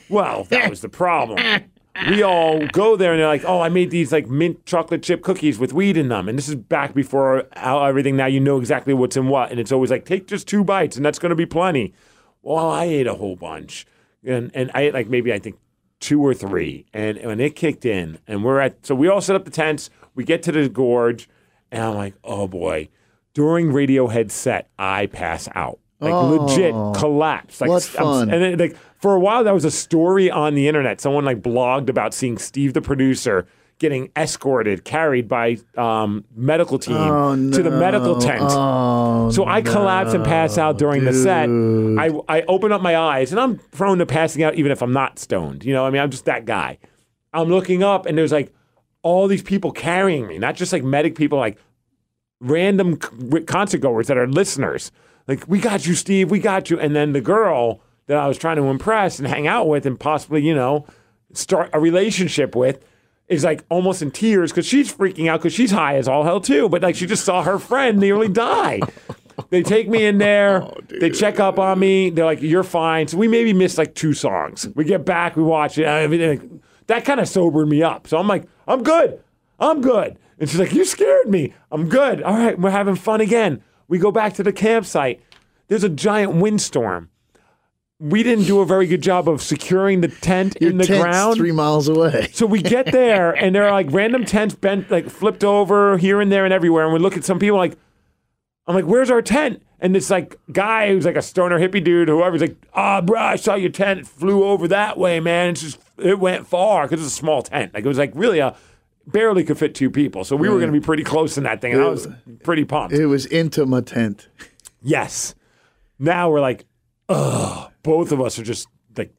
Well, that was the problem. We all go there and they're like, "Oh, I made these like mint chocolate chip cookies with weed in them." And this is back before how everything now you know exactly what's in what, and it's always like, "Take just two bites, and that's going to be plenty." Well, I ate a whole bunch, and and I ate like maybe I think two or three, and when it kicked in, and we're at so we all set up the tents, we get to the gorge, and I'm like, "Oh boy." During Radiohead set, I pass out. Like legit collapse. Like
Oh. What
I'm-
fun.
and and it, like for a while that was a story on the internet someone like blogged about seeing steve the producer getting escorted carried by um, medical team
Oh,
to the medical tent
Um,
so i collapse and pass out during the set I, I open up my eyes and i'm prone to passing out even if i'm not stoned you know i mean i'm just that guy i'm looking up and there's like all these people carrying me not just like medic people like random c- concert goers that are listeners. Like, we got you, Steve. We got you. And then the girl that I was trying to impress and hang out with and possibly, you know, start a relationship with is like almost in tears because she's freaking out because she's high as all hell, too. But like, she just saw her friend nearly die. They take me in there. they check up on me. They're like, "You're fine." So we maybe missed like two songs. We get back. We watch it. I mean, that kind of sobered me up. So I'm like, "I'm good. I'm good. And she's like, You scared me. I'm good. All right, we're having fun again. We go back to the campsite. There's a giant windstorm. We didn't do a very good job of securing the tent
Your
in the
tent's
ground.
three miles away.
So we get there, and there are like random tents bent, like flipped over here and there and everywhere. And we look at some people like, I'm like, where's our tent? And this like guy who's like a stoner hippie dude, whoever's like, ah, bruh, I saw your tent. It flew over that way, man. It's just it went far because it's a small tent. Like it was like really a barely could fit two people. So we were going to be pretty close in that thing, and I was pretty pumped.
It was into my tent.
Yes. Now we're like, ugh. Both of us are just like,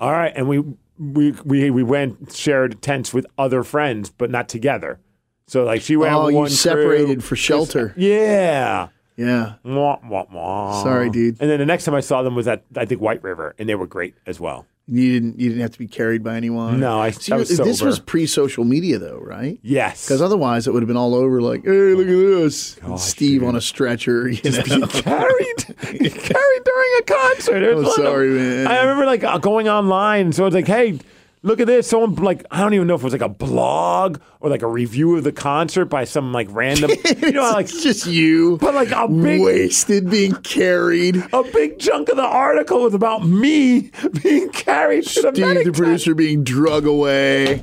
all right. And we we we we went shared tents with other friends, but not together. So like she went.
Oh,
with
you
one crew.
separated
(laughs)
for shelter.
Yeah.
Yeah.
Mwah, mwah, mwah.
Sorry, dude.
And then the next time I saw them was at I think White River, and they were great as well.
You didn't you didn't have to be carried by anyone.
No, I- I was
this
sober.
was pre social media though, right? (laughs)
Yes.
Because otherwise it would have been all over like, hey, look at this. And Steve on a stretcher, you (laughs) know.
carried (laughs) carried during a concert. It was
I'm
one of-
sorry, man.
I remember like uh, going online, so it's like, hey.
look at this. Someone like I don't even know if it was like a blog or like a review of the concert by some like
(laughs)
random. you know, like
It's just you.
But, like, a big-
wasted being carried.
a big chunk of the article was about me (laughs) being carried to the
Steve, the
medic tent.
producer, being drug away.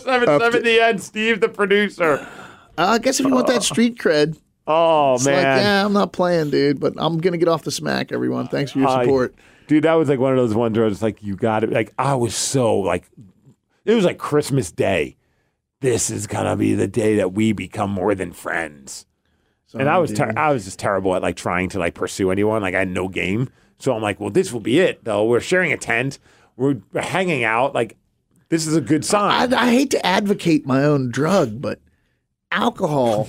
1077 the end, Steve the producer.
Uh, I guess if you want that street cred,
Oh
it's like,
man.
yeah, I'm not playing, dude, but I'm gonna get off the smack, everyone. Thanks for your
I-
support.
dude, that was like one of those ones where I was like, you got it. Like I was so like it was like Christmas Day. This is gonna be the day that we become more than friends. and I was ter- I was just terrible at like trying to like pursue anyone. Like I had no game. So I'm like, well, this will be it though. We're sharing a tent. We're, we're hanging out. Like this is a good
I,
sign.
I hate to advocate my own drug, but
(laughs)
alcohol.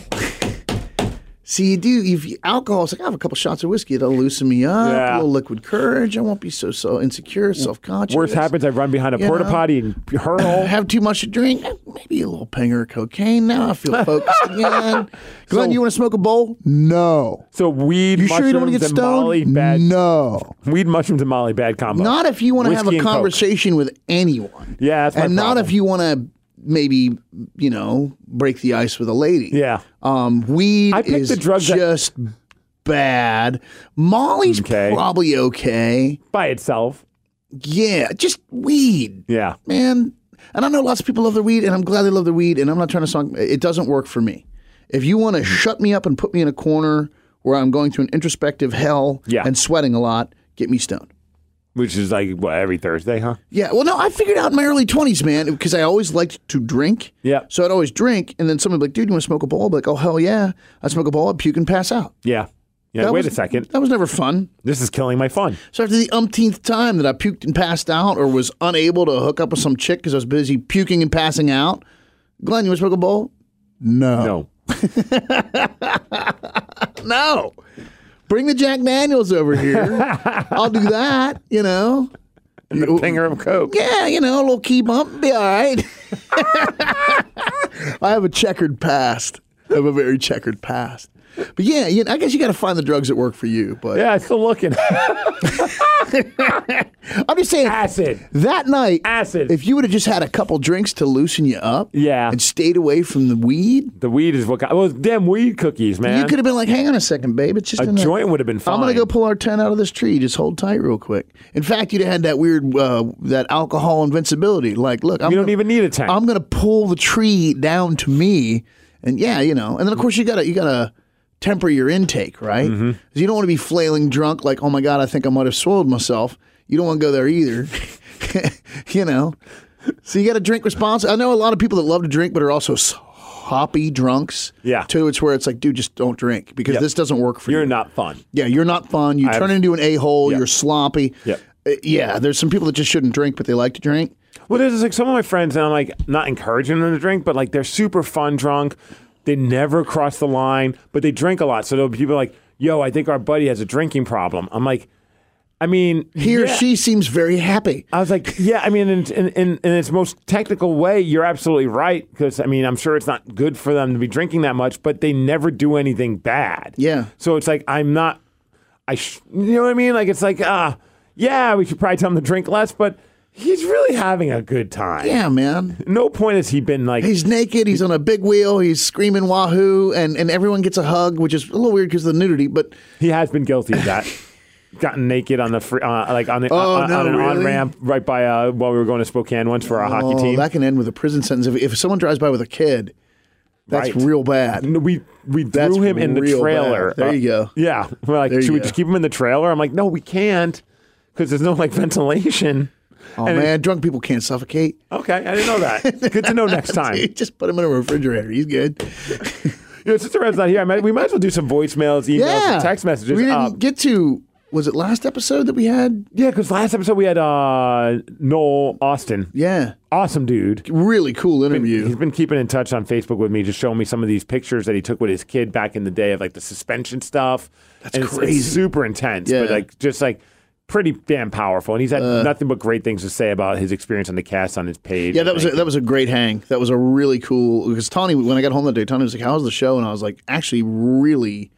See, you do. If you, alcohol's like I have a couple shots of whiskey, that'll loosen me up.
Yeah.
A little liquid courage. I won't be so so insecure, self conscious.
Worst happens, I run behind a
You
porta
know.
potty and
(sighs)
hurl.
Have too much to drink. Maybe a little pinger of cocaine. Now
(laughs)
I feel focused again. Glenn, you want to smoke a bowl? No.
So weed,
You sure
mushrooms,
you don't want to get
and Molly,
stoned?
bad.
No.
Weed, mushrooms, and Molly, bad combo.
Not if you want to have
Whiskey
a
and Coke.
conversation with anyone.
Yeah, that's my
and not
problem.
if you want to maybe you know break the ice with a lady.
Yeah.
Um, weed
I picked
is
the drugs that-
just bad. Molly's
Okay.
probably okay.
By itself.
Yeah, just weed,
Yeah.
man. And I know lots of people love their weed, and I'm glad they love their weed. And I'm not trying to song. It doesn't work for me. If you
Mm.
want to shut me up and put me in a corner where I'm going through an introspective hell
Yeah.
and sweating a lot, get me stoned.
Which is like what, every Thursday, huh?
Yeah, well, no, I figured out in my early 20s, man, because I always liked to drink.
Yeah.
So I'd always drink, and then somebody would be like, dude, you want to smoke a bowl? I'd be like, oh, hell yeah. I'd smoke a bowl, I'd puke and pass out.
Yeah. Yeah.
That
wait
was-
a second.
That was never fun.
This is killing my fun.
So after the umpteenth time that I puked and passed out or was unable to hook up with some chick because I was busy puking and passing out, Glenn, you want to smoke a bowl? No.
No.
(laughs) No. Bring the Jack Daniels
(laughs)
over here. I'll do that, you know.
The pinger of Coke.
Yeah, you know, a little key bump, be
(laughs)
all right. I have a checkered past. I have a very checkered past. But yeah, you I guess you got to find the drugs that work for you. But
Yeah, it's still looking.
I'm just saying,
Acid.
that night,
Acid.
if you would have just had a couple drinks to loosen you up
Yeah.
and stayed away from the weed,
The weed is what got. Well, damn weed cookies, man.
you could have been like, hang on a second, babe. It's just
a
in the-
joint would have been fine.
I'm gonna go pull our tent out of this tree. Just hold tight, real quick. In fact, you'd have had that weird, uh, that alcohol invincibility. Like, look, I'm
You don't
gonna-
even need a tank.
I'm gonna pull the tree down to me, and yeah, you know. And then of course you gotta you gotta temper your intake, right?
Mm-hmm.
'Cause You don't want to be flailing drunk, like, oh my god, I think I might have swallowed myself. You don't want to go there either, (laughs) you know. So you got to drink responsibly. I know a lot of people that love to drink, but are also s- hoppy drunks.
Yeah.
too. It's where it's like, dude, just don't drink because
Yep.
this doesn't work for you.
You're not fun.
Yeah, you're not fun. You
I've-
turn into an a hole.
Yeah.
You're sloppy.
Yeah.
Uh, yeah, there's some people that just shouldn't drink, but they like to drink.
Well, there's like some of my friends, and I'm like not encouraging them to drink, but like they're super fun drunk. They never cross the line, but they drink a lot. So there'll be people like, "Yo, I think our buddy has a drinking problem." I'm like, I mean,
He or
yeah.
she seems very happy.
I was like, yeah, I mean, in, in, in, in its most technical way, you're absolutely right. Because, I mean, I'm sure it's not good for them to be drinking that much, but they never do anything bad.
Yeah.
So it's like, I'm not, I, sh- you know what I mean? Like, it's like, ah, yeah, we should probably tell him to drink less, but he's really having a good time.
Yeah, man.
No point has he been like,
He's naked. He's on a big wheel. He's screaming wahoo, and, and everyone gets a hug, which is a little weird because of the nudity. But
he has been guilty of
(laughs)
that. Gotten naked on the free, uh, like on the
Oh,
on,
no,
on an
really?
on ramp right by uh, while we were going to Spokane once for our hockey
oh,
team.
that can end with a prison sentence if, if someone drives by with a kid. That's
Right.
real bad.
No, we we
That's
threw him in the
real
trailer. Uh,
bad. There you go.
Yeah, we're like,
There you
should we
go.
just keep him in the trailer? I'm like, no, we can't, because there's no like ventilation.
Oh
And-
man, drunk people can't suffocate. (laughs)
Okay, I didn't know that. Good to know next time. You
just put him in a refrigerator. He's good.
know, since the Red's not here, I might, we might as well do some voicemails, emails,
Yeah,
and text messages.
We didn't
Uh,
get to. Was it last episode that we had?
yeah, because last episode we had uh, Noel Austin,
Yeah.
awesome dude.
really cool
He's
interview.
been keeping in touch on Facebook with me, just showing me some of these pictures that he took with his kid back in the day of like the suspension stuff. That's
crazy.
super intense, but
Yeah. Uh.
like just like pretty damn powerful. And he's had nothing but great things to say about his experience on the cast on his page.
Yeah,
I
that was a,
think.
that was a great hang. That was a really cool because Tony, when I got home that day, Tony was like, "How was the show?" And I was like, "Actually, really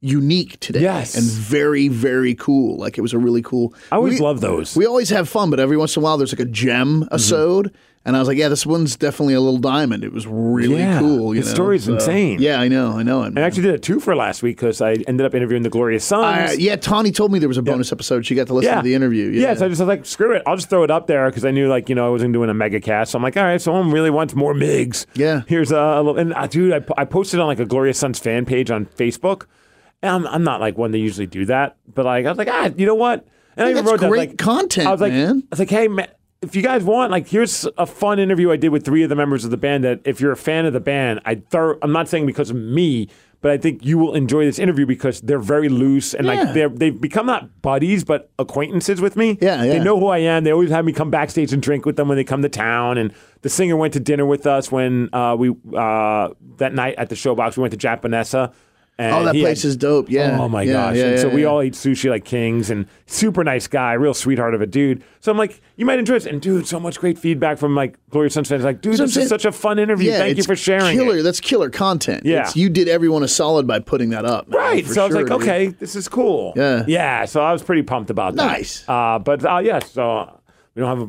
unique today.
Yes.
And very, very cool. Like it was a really cool.
I always
we-
love those. Mm-hmm.
We always have fun, but every once in a while there's like a gem, a sode. And I was like, yeah, this one's definitely a little diamond. It was really
Yeah.
cool. You
The
know?
story's insane.
Yeah, I know. I know. it,
I
man.
actually did a two for last week because I ended up interviewing the Glorious Sons.
I- yeah, Tawny told me there was a bonus episode. She got to listen to the interview. Yeah.
so I just was like, screw it. I'll just throw it up there because I knew, like, you know, I wasn't doing a mega cast. So I'm like, all right, someone really wants more MIGs.
Yeah.
Here's a, a little. And, uh, dude, I, po- I posted on, like, a Glorious Sons fan page on Facebook. And I'm, I'm not, like, one that usually do that. But, like, I was like, ah, you know what? And I
Hey,
even
that's
wrote that,
great
like,
content,
I was like,
man.
I was like, hey, man. If you guys want, like, here's a fun interview I did with three of the members of the band. That if you're a fan of the band, I thor- I'm not saying because of me, but I think you will enjoy this interview because they're very loose and
Yeah.
like they're they've become not buddies but acquaintances with me.
Yeah,
They
yeah.
know who I am. They always have me come backstage and drink with them when they come to town. And the singer went to dinner with us when uh, we uh, that night at the Showbox. We went to Japanesa. And
Oh, that
he
place is dope. Yeah.
Oh my
Yeah,
gosh.
yeah,
and
yeah,
so we
yeah.
all ate sushi like kings and super nice guy, real sweetheart of a dude. So I'm like, you might enjoy this. And dude, so much great feedback from like Gloria Suns fans. Like, dude,
So I'm
this is
saying-
such a fun interview.
Yeah,
Thank you
it's
for sharing. it."
Killer. That's killer content.
Yeah.
It's- you did everyone a solid by putting that up. man,
Right.
for
So I was
sure,
like,
dude.
okay, this is cool.
Yeah.
Yeah. So I was pretty pumped about that.
Nice.
Uh, but uh, yeah, so we don't have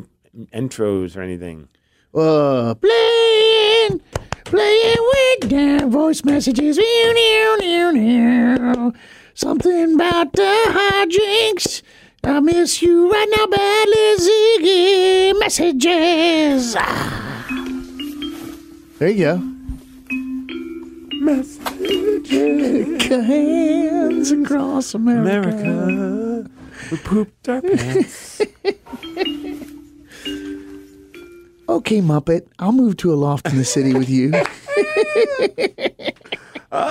intros or anything.
Uh, playing, playing with their voice messages. Meow, meow, meow, meow. Something about the hijinks. I miss you right now, badly, Ziggy. Messages. Ah. There you go. Messages. (laughs) Hands across America.
America, we pooped our pants.
Okay, Muppet, Oh, I'll move to a loft in the city
(laughs)
with you.
Uh,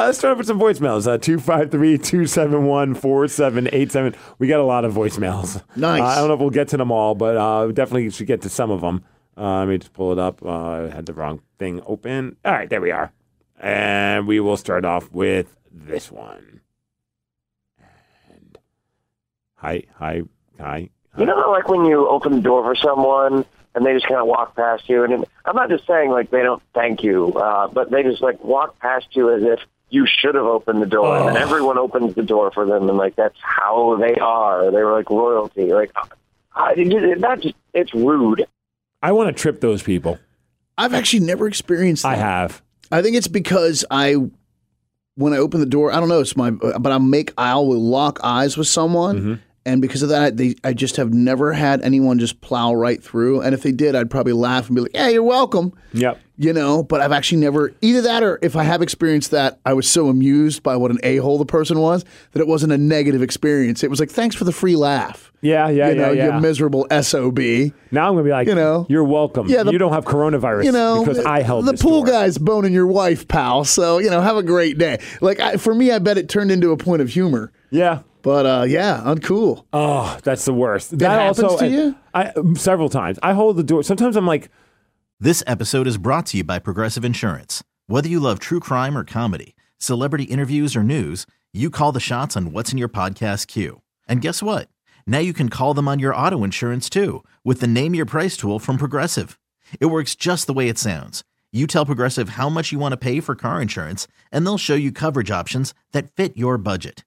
let's start off with some voicemails. Uh, 253-271-4787. We got a lot of voicemails.
Nice.
Uh, I don't know if we'll get to them all, but uh, we definitely should get to some of them. Uh, let me just pull it up. Uh, I had the wrong thing open. All right, there we are. And we will start off with this one. And hi, hi, hi.
You know, how, like when you open the door for someone and they just kind of walk past you, and and I'm not just saying like they don't thank you, uh, but they just like walk past you as if you should have opened the door, and then everyone opens the door for them, and like that's how they are. They were like royalty. Like, I, it's not just it's rude.
I want to trip those people.
I've actually never experienced that.
I have.
I think it's because I, when I open the door, I don't know. It's my, but I make I will lock eyes with someone,
Mm-hmm.
and because of that, they I just have never had anyone just plow right through. And if they did, I'd probably laugh and be like, "Yeah, you're welcome,"
Yep.
you know. But I've actually never either that or if I have experienced that, I was so amused by what an a hole the person was that it wasn't a negative experience. It was like, "Thanks for the free laugh."
Yeah, yeah,
you know,
yeah, yeah.
you miserable sob.
now I'm gonna be like,
You know.
you're welcome.
Yeah, the-
you don't have coronavirus.
you know,
because I held
the
this
pool
door.
guy's boning your wife, pal. So you know, have a great day. Like I, for me, I bet it turned into a point of humor.
Yeah.
But uh, yeah, uncool.
Oh, that's the worst. That,
happens
also,
to you?
I, um, several times. I hold the door. Sometimes I'm like,
This episode is brought to you by Progressive Insurance. Whether you love true crime or comedy, celebrity interviews or news, you call the shots on what's in your podcast queue. And guess what? Now you can call them on your auto insurance too with the Name Your Price tool from Progressive. It works just the way it sounds. You tell Progressive how much you want to pay for car insurance, and they'll show you coverage options that fit your budget.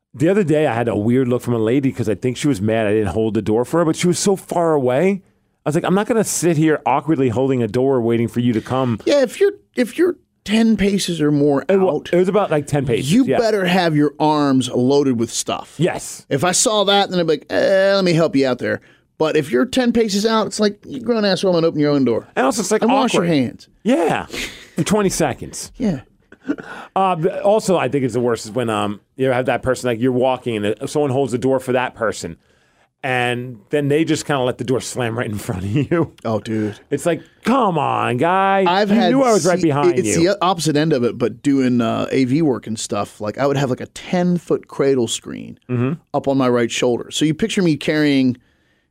the other day I had a weird look from a lady because I think she was mad I didn't hold the door for her, but she was so far away. I was like, I'm not going to sit here awkwardly holding a door waiting for you to come.
Yeah, if you're if you're ten paces or more
It wa-
out,
it was about like 10 pages.
you
yeah.
better have your arms loaded with stuff.
Yes.
If I saw that, then I'd be like, eh, let me help you out there. But if you're ten paces out, it's like you grown ass woman, open your own door
And also, it's like
and
awkward.
wash your hands.
Yeah. For 20 seconds.
Yeah.
Uh, but also, I think it's the worst is when um, you have that person like you're walking and uh, someone holds the door for that person, and then they just kind of let the door slam right in front of (laughs) you.
Oh, dude,
it's like come on, guy.
I've
you
had
knew I was right
se-
behind
it's
you.
the opposite end of it, but doing uh, AV work and stuff, like I would have like a ten foot cradle screen
Mm-hmm.
up on my right shoulder. So you picture me carrying.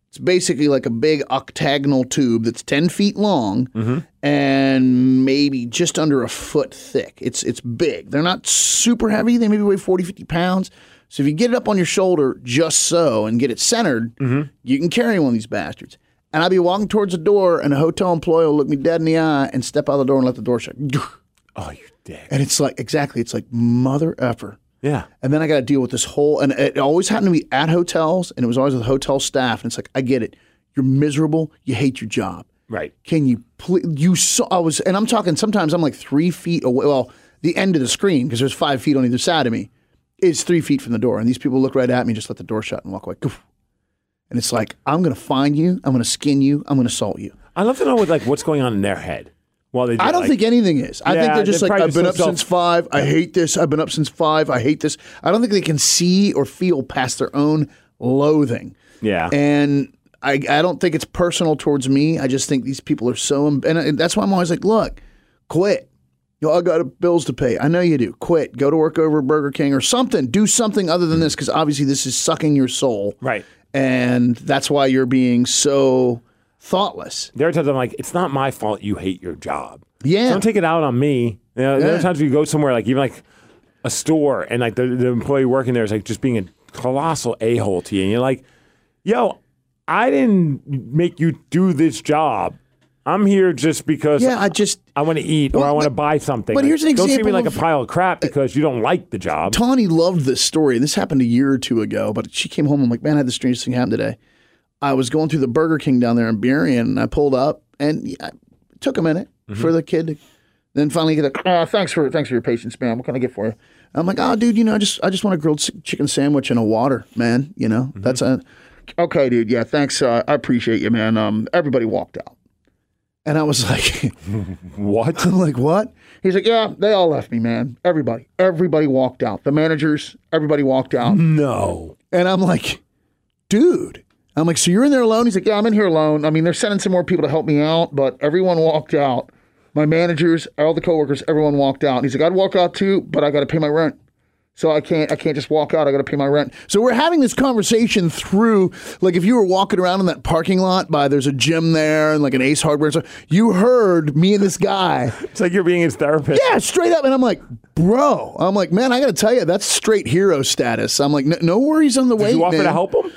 It's basically like a big octagonal tube that's ten feet long
Mm-hmm.
and maybe just under a foot thick. It's it's big. They're not super heavy. They maybe weigh 40, 50 pounds. So if you get it up on your shoulder just so and get it centered, you can carry one of these bastards. And I'd be walking towards the door, and a hotel employee will look me dead in the eye and step out the door and let the door shut. (laughs)
Oh, you dick.
And it's like, exactly, it's like mother effer.
Yeah.
And then I got to deal with this whole, and it always happened to me at hotels, and it was always with hotel staff. And it's like, I get it. You're miserable. You hate your job.
Right.
Can you please? You saw, I was, and I'm talking sometimes I'm like three feet away. Well, the end of the screen, because there's five feet on either side of me, is three feet from the door. And these people look right at me, just let the door shut and walk away. Goof. And it's like, I'm going to find you. I'm going to skin you. I'm going to assault you.
I'd love to know what like what's going on in their head while they. Do,
I don't
like-
think anything is. I
Yeah,
think they're just like,
probably
I've been
so
up
self-
since five. I hate this. I've been up since five. I hate this. I don't think they can see or feel past their own loathing.
Yeah.
And I, I don't think it's personal towards me. I just think these people are so, em- and I- that's why I'm always like, look, quit. Y'all got bills to pay. I know you do. Quit. Go to work over at Burger King or something. Do something other than this because obviously this is sucking your soul.
Right.
And that's why you're being so thoughtless.
There are times I'm like, it's not my fault you hate your job.
Yeah.
Don't take it out on me. You know, There
Yeah.
are times we go somewhere like even like a store and like the, the employee working there is like just being a colossal a hole to you, and you're like, yo, I didn't make you do this job. I'm here just because
Yeah, I just
I want to eat or I want to buy something.
but
Like,
here's an
Don't treat me
example
like
of-
a pile of crap because you don't like the job.
Tawny loved this story. This happened a year or two ago, but she came home. I'm like, man, I had the strangest thing happen today. I was going through the Burger King down there in Burien, and I pulled up, and I- it took a minute for the kid. To, then finally, get like, oh, thanks for thanks for your patience, man. What can I get for you? I'm like, oh, dude, you know, I just I just want a grilled s- chicken sandwich and a water, man. You know, that's a okay, dude. Yeah, thanks. Uh, I appreciate you, man. Um, everybody walked out. And I was (laughs) like,
What?
I'm (laughs) like, what? He's like, yeah, they all left me, man. Everybody, everybody walked out. The managers, everybody walked out.
Mm-hmm. No.
And I'm like, dude. I'm like, so you're in there alone? He's like, yeah, I'm in here alone. I mean, they're sending some more people to help me out, but everyone walked out. My managers, all the coworkers, everyone walked out. And he's like, I'd walk out too, but I got to pay my rent. So I can't, I can't just walk out. I got to pay my rent. So we're having this conversation through, like, if you were walking around in that parking lot by there's a gym there and like an Ace Hardware, and stuff, you heard me and this guy
It's like you're being his therapist.
yeah, straight up. And I'm like, bro, I'm like, man, I got to tell you, that's straight hero status. I'm like, no, no worries on the way.
Did you offer to help him?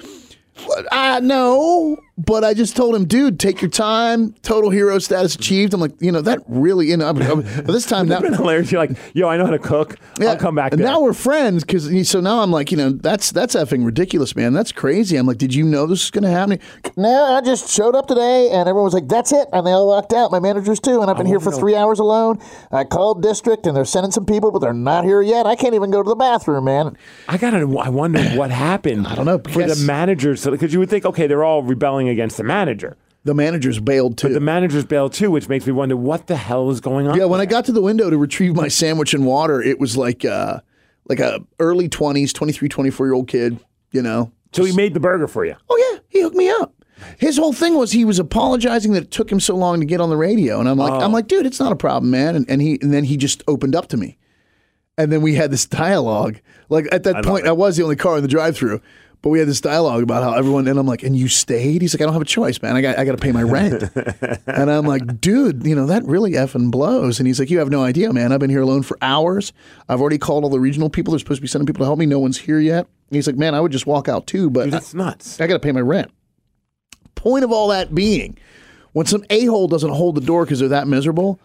I know, uh, but I just told him, dude, take your time. Total hero status achieved. I'm like, you know, that really, you know, I'm, I'm- this time now.
Been hilarious. You're like, yo, I know how to cook. I'll come back.
And
there."
now we're friends because so now I'm like, you know, that's that's effing ridiculous, man. That's crazy. I'm like, did you know this is gonna happen? No, I just showed up today and everyone was like, that's it, and they all walked out. My managers too, and I've
Oh,
been here for three hours alone. I called district and they're sending some people, but they're not here yet. I can't even go to the bathroom, man.
I gotta. I wonder what happened. I
don't know,
for
because-
the managers because you would think, okay, they're all rebelling against the manager.
The managers bailed too.
The managers bail too, which makes me wonder what the hell is going on.
Yeah, when I got to the window to retrieve my sandwich and water, it was like uh like a early 20s, 23, 24 year old kid, you know.
so he made the burger for you.
Oh yeah, he hooked me up. His whole thing was he was apologizing that it took him so long to get on the radio, and I'm like,
Oh.
I'm like, dude, it's not a problem, man. And, and he and then he just opened up to me, and then we had this dialogue. Like at that point, I was the only car in the drive-through, but we had this dialogue about how everyone. And I'm like, and you stayed? He's like, I don't have a choice, man. I got I got to pay
(laughs)
my rent. and I'm like, dude, you know that really effing blows. And he's like, you have no idea, man. I've been here alone for hours. I've already called all the regional people. They're supposed to be sending people to help me. No one's here yet. And he's like, man, I would just walk out too, but
Dude, that's nuts.
I got to pay my rent. Point of all that being, when some a hole doesn't hold the door because they're that miserable,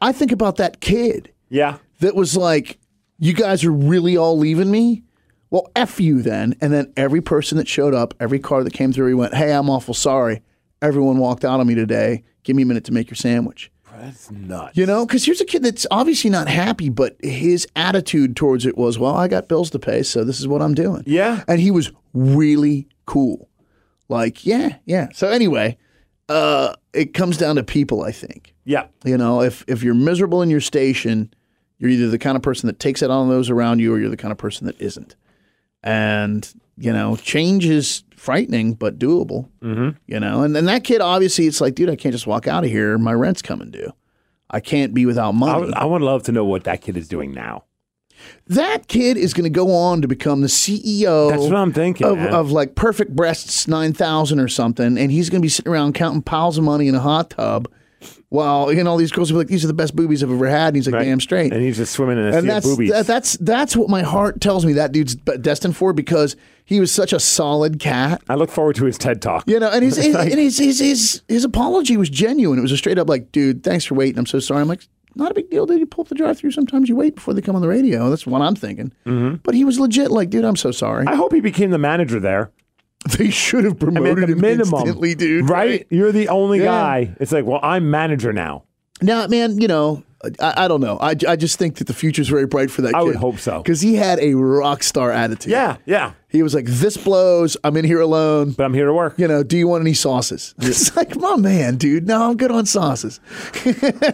I think about that kid
Yeah.
that was like, "You guys are really all leaving me." Well, f you then. And then every person that showed up, every car that came through, he went, "Hey, I'm awful sorry. Everyone walked out on me today. Give me a minute to make your sandwich."
That's nuts.
You know, because here's a kid that's obviously not happy, but his attitude towards it was, well, I got bills to pay, so this is what I'm doing.
Yeah.
And he was really cool. Like, yeah, yeah. So anyway, uh, it comes down to people, I think.
Yeah.
You know, if if you're miserable in your station, You're either the kind of person that takes it on those around you, or you're the kind of person that isn't. And you know, change is frightening but doable.
Mm-hmm.
You know, and then that kid obviously, it's like, dude, I can't just walk out of here. My rent's coming due. I can't be without money.
I would love to know what that kid is doing now.
That kid is going to go on to become the CEO.
That's what I'm thinking,
Of,
man.
of like Perfect Breasts 9000 or something. And he's going to be sitting around counting piles of money in a hot tub while, and all these girls will be like, these are the best boobies I've ever had. And he's like, damn straight.
And he's just swimming in a
And
sea of
that's,
boobies.
that- that's, that's what my heart tells me that dude's b- destined for because he was such a solid cat.
I look forward to his TED talk.
You know,
(laughs)
and his, his,
Like-
and his, his, his, his apology was genuine. It was a straight up like, dude, thanks for waiting. I'm so sorry. I'm like, not a big deal, dude. You pull up the drive through. Sometimes you wait before they come on the radio. That's what I'm thinking. Mm-hmm. But he was legit like, dude, I'm so sorry.
I hope he became the manager there.
(laughs) They should have
I mean, at
promoted
the
him
minimum,
instantly, dude.
Right? You're the only
Yeah.
guy. It's like, well, I'm manager now.
Now, man, you know, I, I don't know. I, I just think that the future's very bright for that
I
kid.
would hope so.
Because he had a rock star attitude.
Yeah, yeah.
He was like, this blows. I'm in here alone.
But I'm here to work.
You know, do you want any sauces? (laughs) it's like, my man, dude. No, I'm good on sauces. (laughs)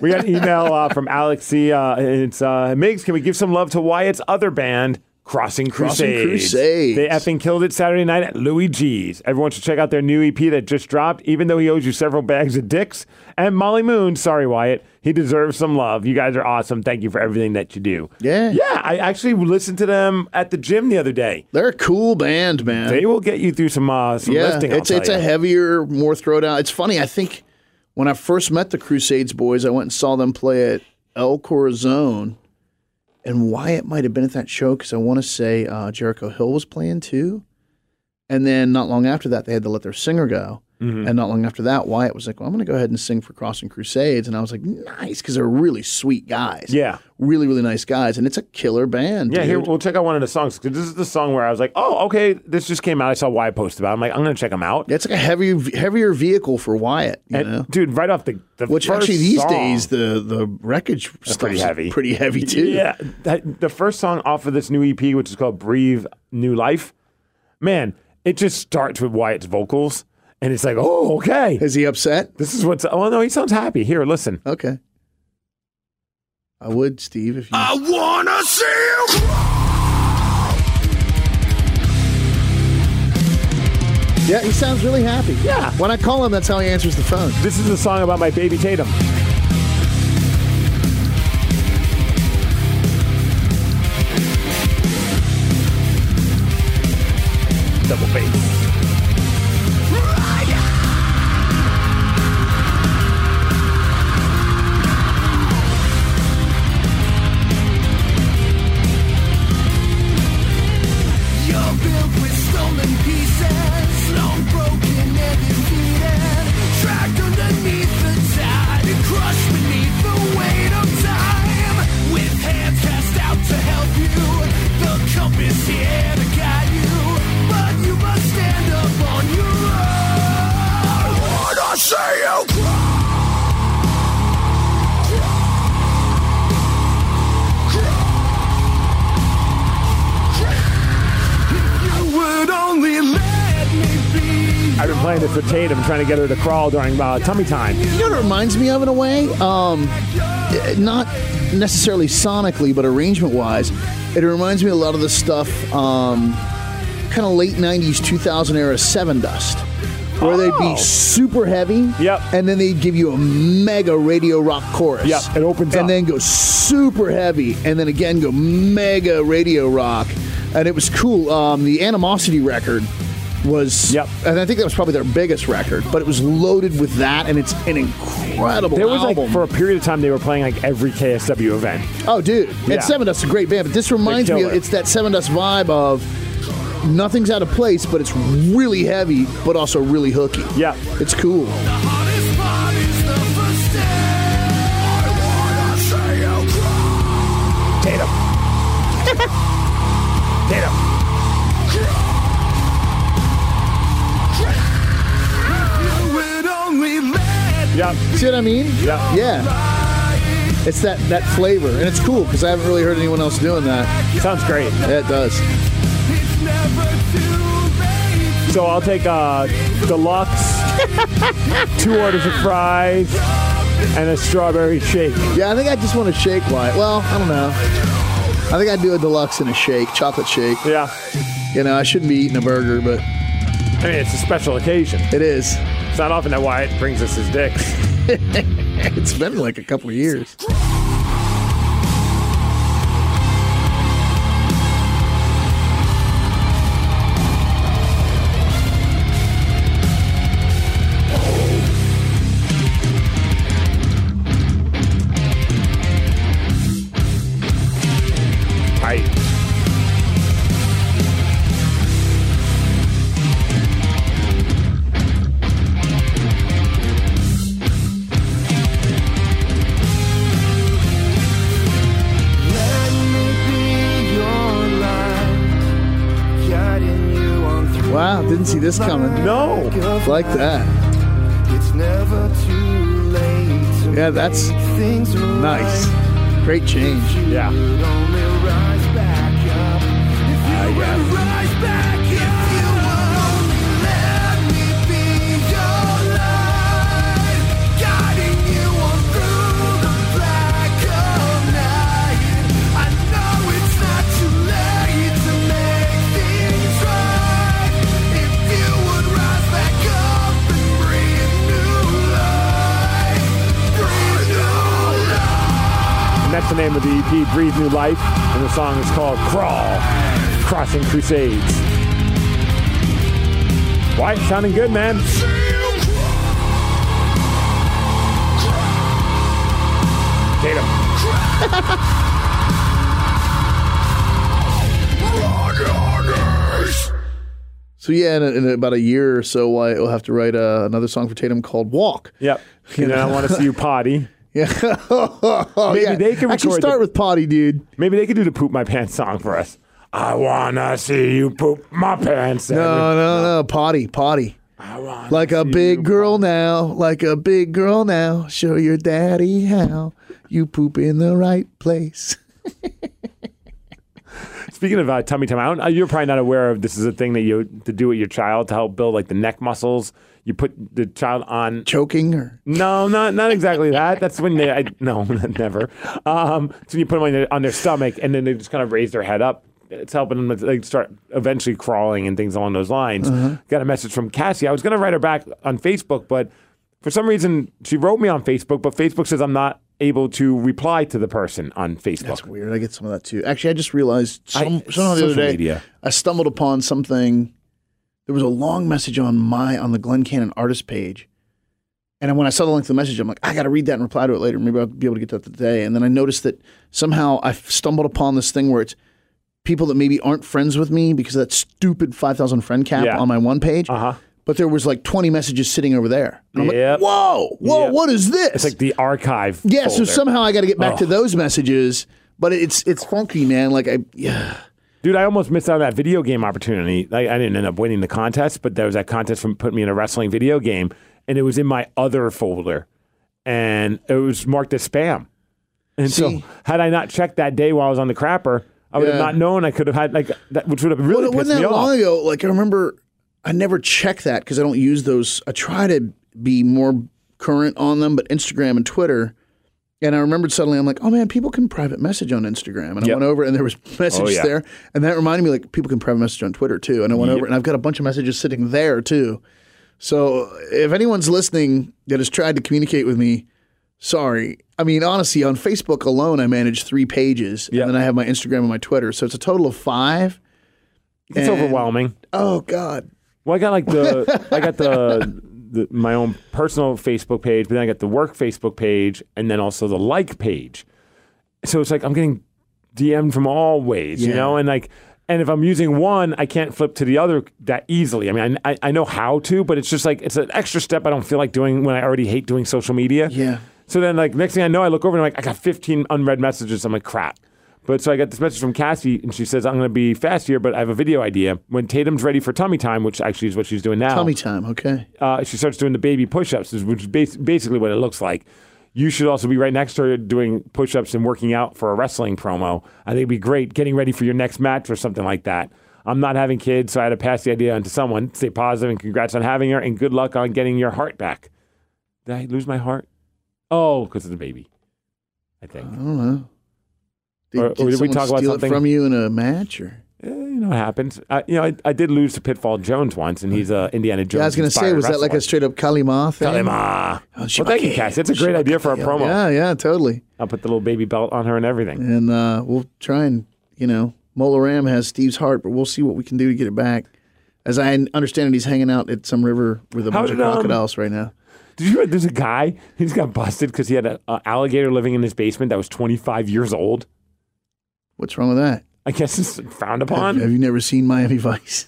We got an email uh, from Alex C. Uh, and it's uh, Migs, can we give some love to Wyatt's other band, Crossing
Crossing
Crusades?
Crusades.
They effing killed it Saturday night at Louis G's. Everyone should check out their new EP that just dropped, even though he owes you several bags of dicks. And Molly Moon, sorry, Wyatt, he deserves some love. You guys are awesome. Thank you for everything that you do.
Yeah.
Yeah, I actually listened to them at the gym the other day.
They're a cool band, man.
They will get you through some, uh, some
yeah,
lifting. I'll
it's
tell
it's
ya.
a heavier, more throwdown. It's funny. I think when I first met the Crusades boys, I went and saw them play at El Corazon, and Wyatt might have been at that show because I want to say uh, Jericho Hill was playing too. And then not long after that, they had to let their singer go.
Mm-hmm.
And not long after that, Wyatt was like, "Well, I'm going to go ahead and sing for Crossing Crusades," and I was like, "Nice," because they're really sweet guys.
Yeah.
really, really nice guys, and it's a killer band.
Yeah,
dude.
here we'll check out one of the songs 'cause this is the song where I was like, "Oh, okay, this just came out. I saw why I posted about. It. I'm like, I'm gonna check them out."
Yeah, it's like a heavy, heavier vehicle for Wyatt. You
And,
know?
dude, right off the, the
Which
first
actually these
song-
days the the wreckage stuff's
pretty heavy.
pretty heavy too.
Yeah, that, the first song off of this new EP, which is called "Breathe New Life," man, it just starts with Wyatt's vocals, and it's like, "Oh, okay,
Is he upset?
this is what's." Oh no, he sounds happy. Here, listen.
Okay. I would, Steve, if you
I wanna see you.
Yeah, he sounds really happy.
Yeah.
When I call him, that's how he answers the phone.
This is a song about my baby Tatum. Double bass.
You're built with stolen pieces, long broken and defeated, dragged underneath the tide and crushed beneath the weight of time. With hands cast out to help you, the compass here to guide you, but you must stand up on your own. What I say, you cry. You would only let me be.
I've been playing this with Tatum, trying to get her to crawl during uh, tummy time.
You know what it reminds me of in a way? Um, eh, not necessarily sonically, but arrangement wise, it reminds me a lot of the stuff, um, kind of late 90s, 2000 era Seven Dust, where they'd
Oh.
be super heavy.
Yep.
And then they'd give you a mega radio rock chorus.
Yep, it opens
And
up.
then go super heavy, and then again go mega radio rock. And it was cool. Um, the Animosity record was
Yep.
and I think that was probably their biggest record, but it was loaded with that, and it's an incredible
There was
album.
like for a period of time they were playing like every KSW event.
oh, dude,
Yeah.
and Seven Dust is a great band, but this reminds me, of,
killer.
it's that Seven Dust vibe of nothing's out of place, but it's really heavy, but also really hooky.
Yeah.
it's cool.
The hardest part is the first step. I wanna see you cry.
Tatum. Tatum.
You would only let
Yep.
See what I mean?
Yeah.
yeah. It's that that flavor, and it's cool because I haven't really heard anyone else doing that.
Sounds great.
Yeah, it does.
it's never too late.
So (laughs) I'll take uh deluxe, two orders of fries, and a strawberry shake.
Yeah, I think I just want a shake white. Well, I don't know. I think I'd do a deluxe and a shake, chocolate shake.
Yeah.
You know, I shouldn't be eating a burger, but.
I mean, it's a special occasion.
It is. (laughs)
It's not often that Wyatt brings us his dicks.
it's been like a couple of years.
Tight.
Wow, didn't see this coming.
No.
Like that.
It's never too late. to
Yeah, that's
make things
nice. Great change.
Yeah. And that's the name of the EP, Breathe New Life. And the song is called Crawl, Crossing Crusades. Wyatt, sounding good, man. Tatum.
So yeah, in, in about a year or so, Wyatt will have to write uh, another song for Tatum called "Walk." (laughs)
Yep. (laughs) You know, I want to see you potty.
Yeah. oh,
Maybe
yeah.
they can
actually
record
start
the-
with potty, dude.
Maybe they could do the poop my pants song for us. I wanna see you poop my pants.
No, no, no, potty, potty.
I wanna
Like a
see
big
you
girl now, like a big girl now. Show your daddy how you poop in the right place. (laughs)
Speaking of uh, tummy time, I don't, uh, you're probably not aware of this is a thing that you to do with your child to help build like the neck muscles. You put the child on.
Choking or
No, not not exactly that. That's when they. I, no, (laughs) never. Um, so you put them on their, on their stomach, and then they just kind of raise their head up. It's helping them to, like, start eventually crawling and things along those lines.
Mm-hmm.
Got a message from Cassie. I was going to write her back on Facebook, but for some reason she wrote me on Facebook, but Facebook says I'm not able to reply to the person on Facebook.
That's weird. I get some of that too. Actually, I just realized some,
I-
somehow the other
social
day
media.
I stumbled upon something. There was a long message on my on the Glen Cannon artist page, and when I saw the length of the message, I'm like, I got to read that and reply to it later. Maybe I'll be able to get that today. And then I noticed that somehow I stumbled upon this thing where it's people that maybe aren't friends with me because of that stupid five thousand friend cap
Yeah.
on my one page.
Uh-huh.
But there was like 20 messages sitting over there. And I'm like,
Yep.
whoa, whoa,
Yep.
what is this?
It's like the archive.
Yeah, so
folder.
somehow I got to get back to
Oh.
those messages, but it's it's funky, man. Like I yeah,
Dude, I almost missed out on that video game opportunity. I, I didn't end up winning the contest, but there was that contest from putting me in a wrestling video game, and it was in my other folder, and it was marked as spam. And so,
See?
had I not checked that day while I was on the crapper, I would
Yeah.
have not known. I could have had like that, which would have really
well, it
pissed
wasn't
me
that
off.
long ago. Like I remember, I never check that because I don't use those. I try to be more current on them, but Instagram and Twitter. And I remembered suddenly, I'm like, oh man, people can private message on Instagram. And
Yep.
I
Oh,
went over, and there was (laughs) messages
yeah.
there, and that reminded me like people can private message on Twitter too. And I went over, and I've got a bunch of messages sitting there too. So if anyone's listening that has tried to communicate with me, sorry. I mean, honestly, on Facebook alone, I manage three pages,
Yeah.
and then I have my Instagram and my Twitter, so it's a total of five.
It's
And-
overwhelming.
Oh God.
Well, I got like the I got
(laughs)
the, the my own personal Facebook page, but then I got the work Facebook page, and then also the like page. So it's like I'm getting DM'd from all ways, you
Yeah.
know, and like. And if I'm using one, I can't flip to the other that easily. I mean, I, I- I know how to, but it's just like it's an extra step I don't feel like doing when I already hate doing social media.
Yeah.
So then, like next thing I know, I look over and I'm like, I got 15 unread messages. I'm like, crap. But so I got this message from Cassie, and she says, I'm going to be fast here, but I have a video idea. When Tatum's ready for tummy time, which actually is what she's doing now,
Tummy time, okay.
uh, she starts doing the baby push ups, which is bas- basically what it looks like. You should also be right next to her doing push ups and working out for a wrestling promo. I think it'd be great getting ready for your next match or something like that. I'm not having kids, so I had to pass the idea on to someone. Stay positive and congrats on having her, and good luck on getting your heart back. Did I lose my heart? Oh, because it's a baby. I think. I
don't know. Did,
Or-
did
or did we
someone
talk about
steal it
something-
from you in a match? Or
Eh, You know, it happens. I, you know, I, I did lose to Pitfall Jones once, and he's a Indiana Jones.
yeah, I was gonna say,
inspired
was that like a
wrestler.
straight up Kalima thing?
Kalima.
Oh, she
well, thank you,
my
Cass. It's a
kid.
great
She
idea for a
my kid.
promo.
Yeah, yeah, totally.
I'll put the little baby belt on her and everything.
And uh, we'll try and you know, Mola Ram has Steve's heart, but we'll see what we can do to get it back. As I understand it, he's hanging out at some river with a
How
bunch of
did, um,
crocodiles right now.
Did you? There's a guy. He just got busted because he had an alligator living in his basement that was 25 years old.
What's wrong with that?
I guess it's frowned
Have,
upon.
have you never seen Miami Vice?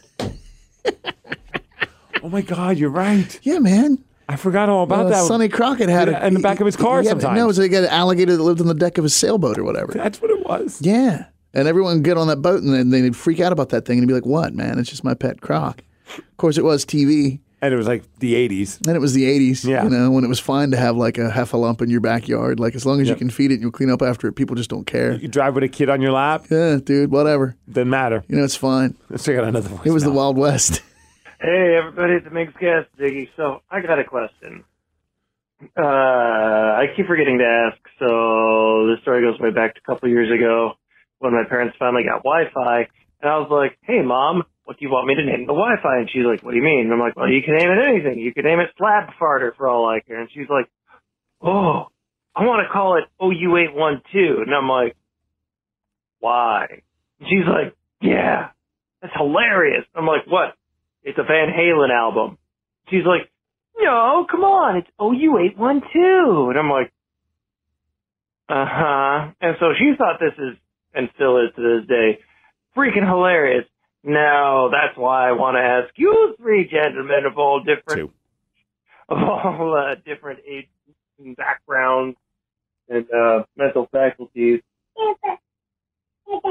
(laughs)
oh my God, you're right.
Yeah, man.
I forgot all about
Uh,
that.
Sonny Crockett had
Yeah,
it
in the back of his car
Yeah,
sometimes.
No, it was like an alligator that lived on the deck of his sailboat or whatever.
That's what it was.
Yeah. And everyone would get on that boat and then they'd freak out about that thing and be like, what, man? It's just my pet croc. Of course, it was TV.
And it was like the 80s.
And it was the 80s,
Yeah.
you know, when it was fine to have like a heffalump in your backyard. Like, as long as
Yep.
you can feed it and you'll clean up after it, people just don't care.
You drive with a kid on your lap,
Yeah, dude, whatever.
doesn't matter.
You know, it's fine.
Let's check out another voice.
It was the Wild West. (laughs)
Hey, everybody at the Mix Gas Diggy. So I got a question. Uh, I keep forgetting to ask. So this story goes way back to a couple years ago when my parents finally got Wi-Fi, and I was like, "Hey, mom, what do you want me to name the Wi-Fi?" And she's like, "What do you mean?" And I'm like, "Well, you can name it anything. You can name it Slab Farter for all I care." And she's like, "Oh, I want to call it OU812." And I'm like, "Why?" And she's like, "Yeah, that's hilarious." I'm like, "What?" It's a Van Halen album. She's like, no, come on, it's OU812. And I'm like, uh huh. And so she thought this is, and still is to this day, freaking hilarious. Now, that's why I want to ask you three gentlemen of all different, of all uh, different ages and backgrounds and uh, mental faculties. Well,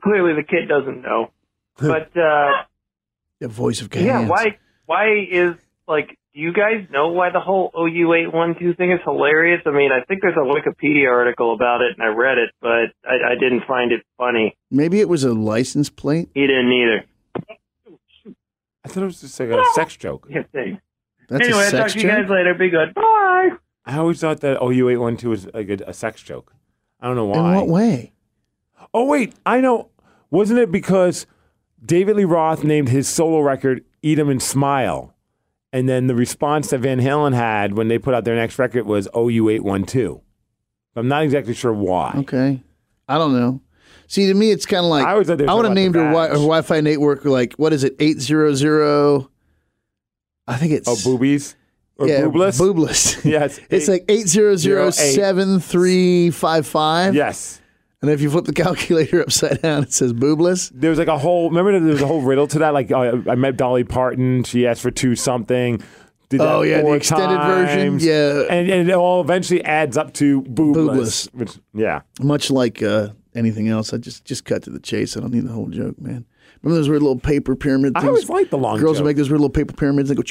clearly the kid doesn't know. But, uh,
The voice of
yeah,
Cayenne.
why why is like do you guys know why the whole OU eight one two thing is hilarious? I mean, I think there's a Wikipedia article about it and I read it, but I, I didn't find it funny.
Maybe it was a license plate.
He didn't either.
I thought it was just like a sex joke.
Yeah, thanks.
That's
anyway,
a
I'll
sex
talk to you
joke.
guys later. Be good. Bye.
I always thought that oh, OU812 was like a, a sex joke. I don't know why.
In what way?
Oh wait, I know. Wasn't it because David Lee Roth named his solo record "Eat 'Em and Smile," and then the response that Van Halen had when they put out their next record was "OU812." I'm not exactly sure why.
Okay. I don't know. See, to me, it's kind of like
I always thought they were
I would have
talking
named
about
her,
the
wi- her
badge.
Wi-Fi network like what is it eight zero zero? I think it's
Oh, boobies or
yeah,
boobless? (laughs)
boobless.
yes,
it's like eight zero zero seven three five five.
yes.
and if you flip the (laughs) calculator upside down, it says boobless.
There was like a whole. Remember, there was a whole riddle to that. Like oh, I met Dolly Parton. She asked for two something. Did that
Oh, yeah, the
four
extended version,
times,
yeah.
and, and it all eventually adds up to boobless.
Boobless.
Which, yeah,
Much like uh, anything else, I just just cut to the chase. I don't need the whole joke, man. Remember those weird little paper pyramid
I
things?
always liked the long
Girls
joke.
would make those weird little paper pyramids. They go.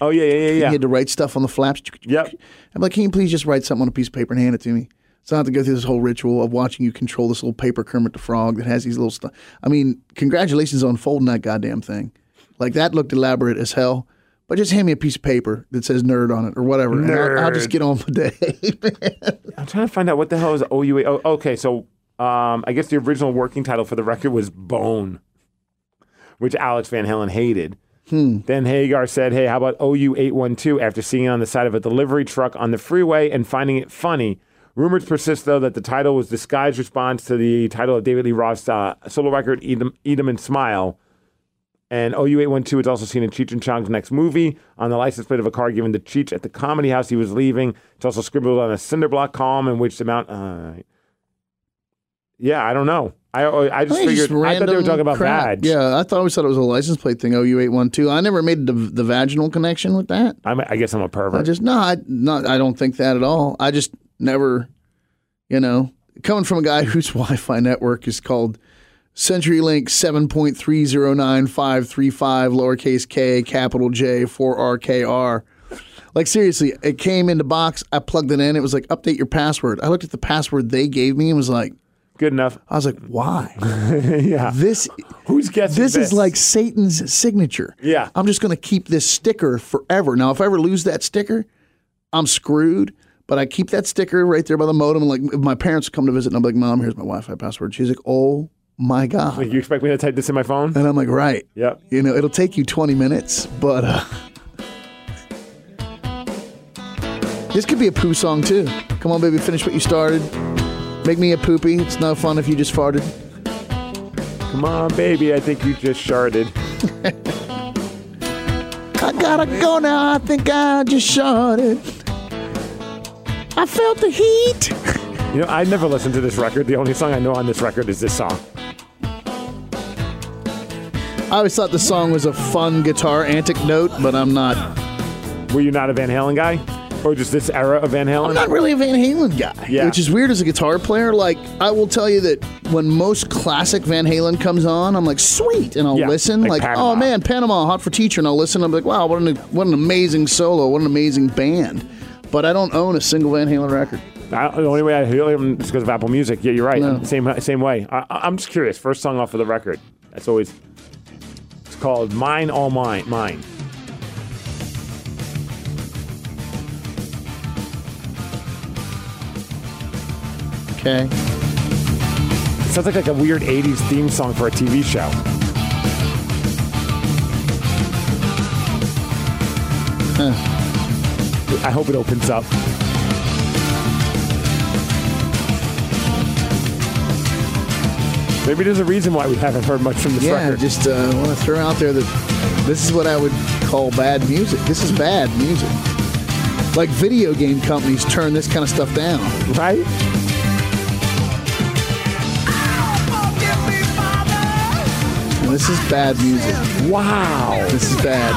Oh yeah, yeah, yeah, yeah.
He had to write stuff on the flaps.
Yep.
I'm like, can you please just write something on a piece of paper and hand it to me? So I don't have to go through this whole ritual of watching you control this little paper Kermit the Frog that has these little stuff. I mean, congratulations on folding that goddamn thing. Like that looked elaborate as hell. But just hand me a piece of paper that says nerd on it or whatever. and I'll, I'll just get on with the day.
I'm trying to find out what the hell is OUA. Oh, okay, so um, I guess the original working title for the record was Bone, which Alex Van Halen hated.
Hmm.
Then Hagar said, "Hey, how about OU812?" After seeing it on the side of a delivery truck on the freeway and finding it funny, rumors persist though that the title was disguised response to the title of David Lee Roth's uh, solo record "Eat 'Em, Eat 'Em and Smile." And OU812 is also seen in Cheech and Chong's next movie on the license plate of a car given to Cheech at the comedy house he was leaving. It's also scribbled on a cinder block column in which the mount. Uh, yeah, I don't know. I I just
think (laughs) it's
figured I thought they were
random
talking about
crap.
badge.
Yeah, I thought always thought it was a license plate thing. OU eight one two. I never made the the vaginal connection with that.
I'm, I guess I'm a
I
pervert.
just no, I not I don't think that at all. I just never, you know, coming from a guy (laughs) whose Wi-Fi network is called CenturyLink seven point three zero nine five three five lowercase k capital J four RKR. Like seriously, it came in the box. I plugged it in. It was like update your password. I looked at the password they gave me and was like,
Good enough. (laughs)
I was like, why?
yeah.
This
Who's guessing
this
this?
is like Satan's signature.
Yeah.
I'm just going to keep this sticker forever. Now, if I ever lose that sticker, I'm screwed. But I keep that sticker right there by the modem. And like, if my parents come to visit, and I'm like, "Mom, here's my Wi-Fi password." She's like, "Oh my god!"
Like, you expect me to type this in my phone?
And I'm like, "Right."
Yep.
You know, it'll take you 20 minutes, but uh, this could be a poo song too. Come on, baby, finish what you started. Make me a poopy. It's no fun if you just farted.
Come on, baby. I think you just sharded.
I gotta go now. I think I just sharded. I felt the heat.
You know, I never listened to this record. The only song I know on this record is this song.
I always thought the song was a fun guitar antic note, but I'm not.
Were you not a Van Halen guy? Or just this era of Van Halen?
I'm not really a Van Halen guy.
Yeah.
Which is weird as a guitar player. Like, I will tell you that when most classic Van Halen comes on, I'm like, sweet. And I'll
Yeah,
listen.
like
Like,
Panama.
oh man, Panama, Hot for Teacher. And I'll listen. I'm like, wow, what an, what an amazing solo. What an amazing band. But I don't own a single Van Halen record.
I, the only way I hear him is because of Apple Music. Yeah, you're right. Same same way. I, I- I'm just curious. First song off of the record. That's always. It's called "Mine All Mine." Mine.
Okay.
It sounds like, like a weird '80s theme song for a TV show. I hope it opens up. Maybe there's a reason why we haven't heard much from this
yeah,
record.
just uh, want to throw out there that this is what I would call bad music. This is bad music. Like video game companies turn this kind of stuff down.
Right?
This is bad music.
Wow.
This is bad.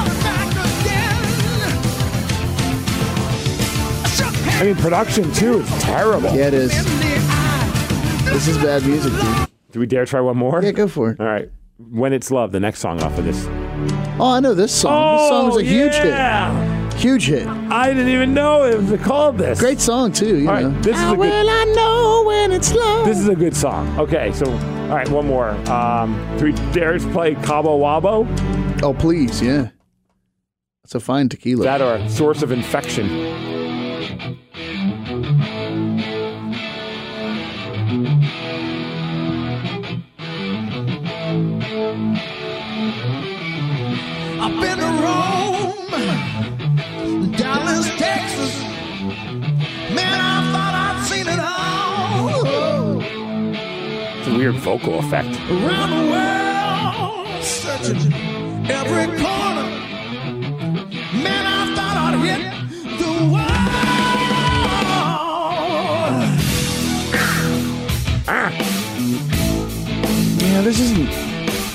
I mean, production too is terrible.
Yeah, it is. This is bad music, dude.
Do we dare try one more? Yeah,
go for it.
All right. When It's Love, the next song off of this.
Oh, I know this song. this
Oh,
song was a huge hit. Huge hit.
I didn't even know it was called this.
Great song too. You
All right,
know.
this is a
How
good-
will I know when it's love?
This is a good song. Okay, so, all right, one more. Um, do we dare play Cabo Wabo?
oh, please, yeah. That's a fine tequila.
That or Source of Infection?
I've been to Rome, Dallas, Texas. Man, I thought I'd seen it all.
It's a weird vocal effect.
Around the world, searching every corner. Man, I thought I'd hit the wall.
Yeah, this isn't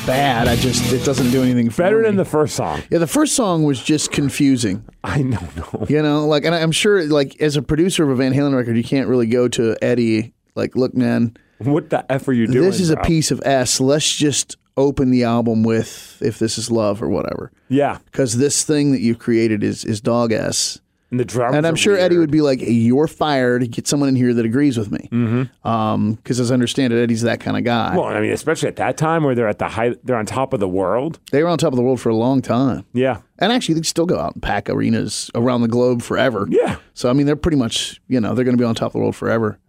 bad. I just it doesn't do anything. For
Better
me.
than the first song. (laughs)
Yeah, the first song was just confusing.
I don't know.
You know, like, and I'm sure, like, as a producer of a Van Halen record, you can't really go to Eddie, like, look, man,
What the F are you doing?
this is a
bro?
piece of S. Let's just open the album with if this is love or whatever,
Yeah.
because this thing that you've created is is dog ass.
And the drums.
And I'm
are
sure
weird.
Eddie would be like, "You're fired. Get someone in here that agrees with me." Mm-hmm. Um, because as I understand it, Eddie's that kind of guy.
Well, I mean, especially at that time where they're at the high, they're on top of the world.
they were on top of the world for a long time,
Yeah.
and actually, they still go out and pack arenas around the globe forever.
Yeah.
So I mean, they're pretty much you know they're going to be on top of the world forever.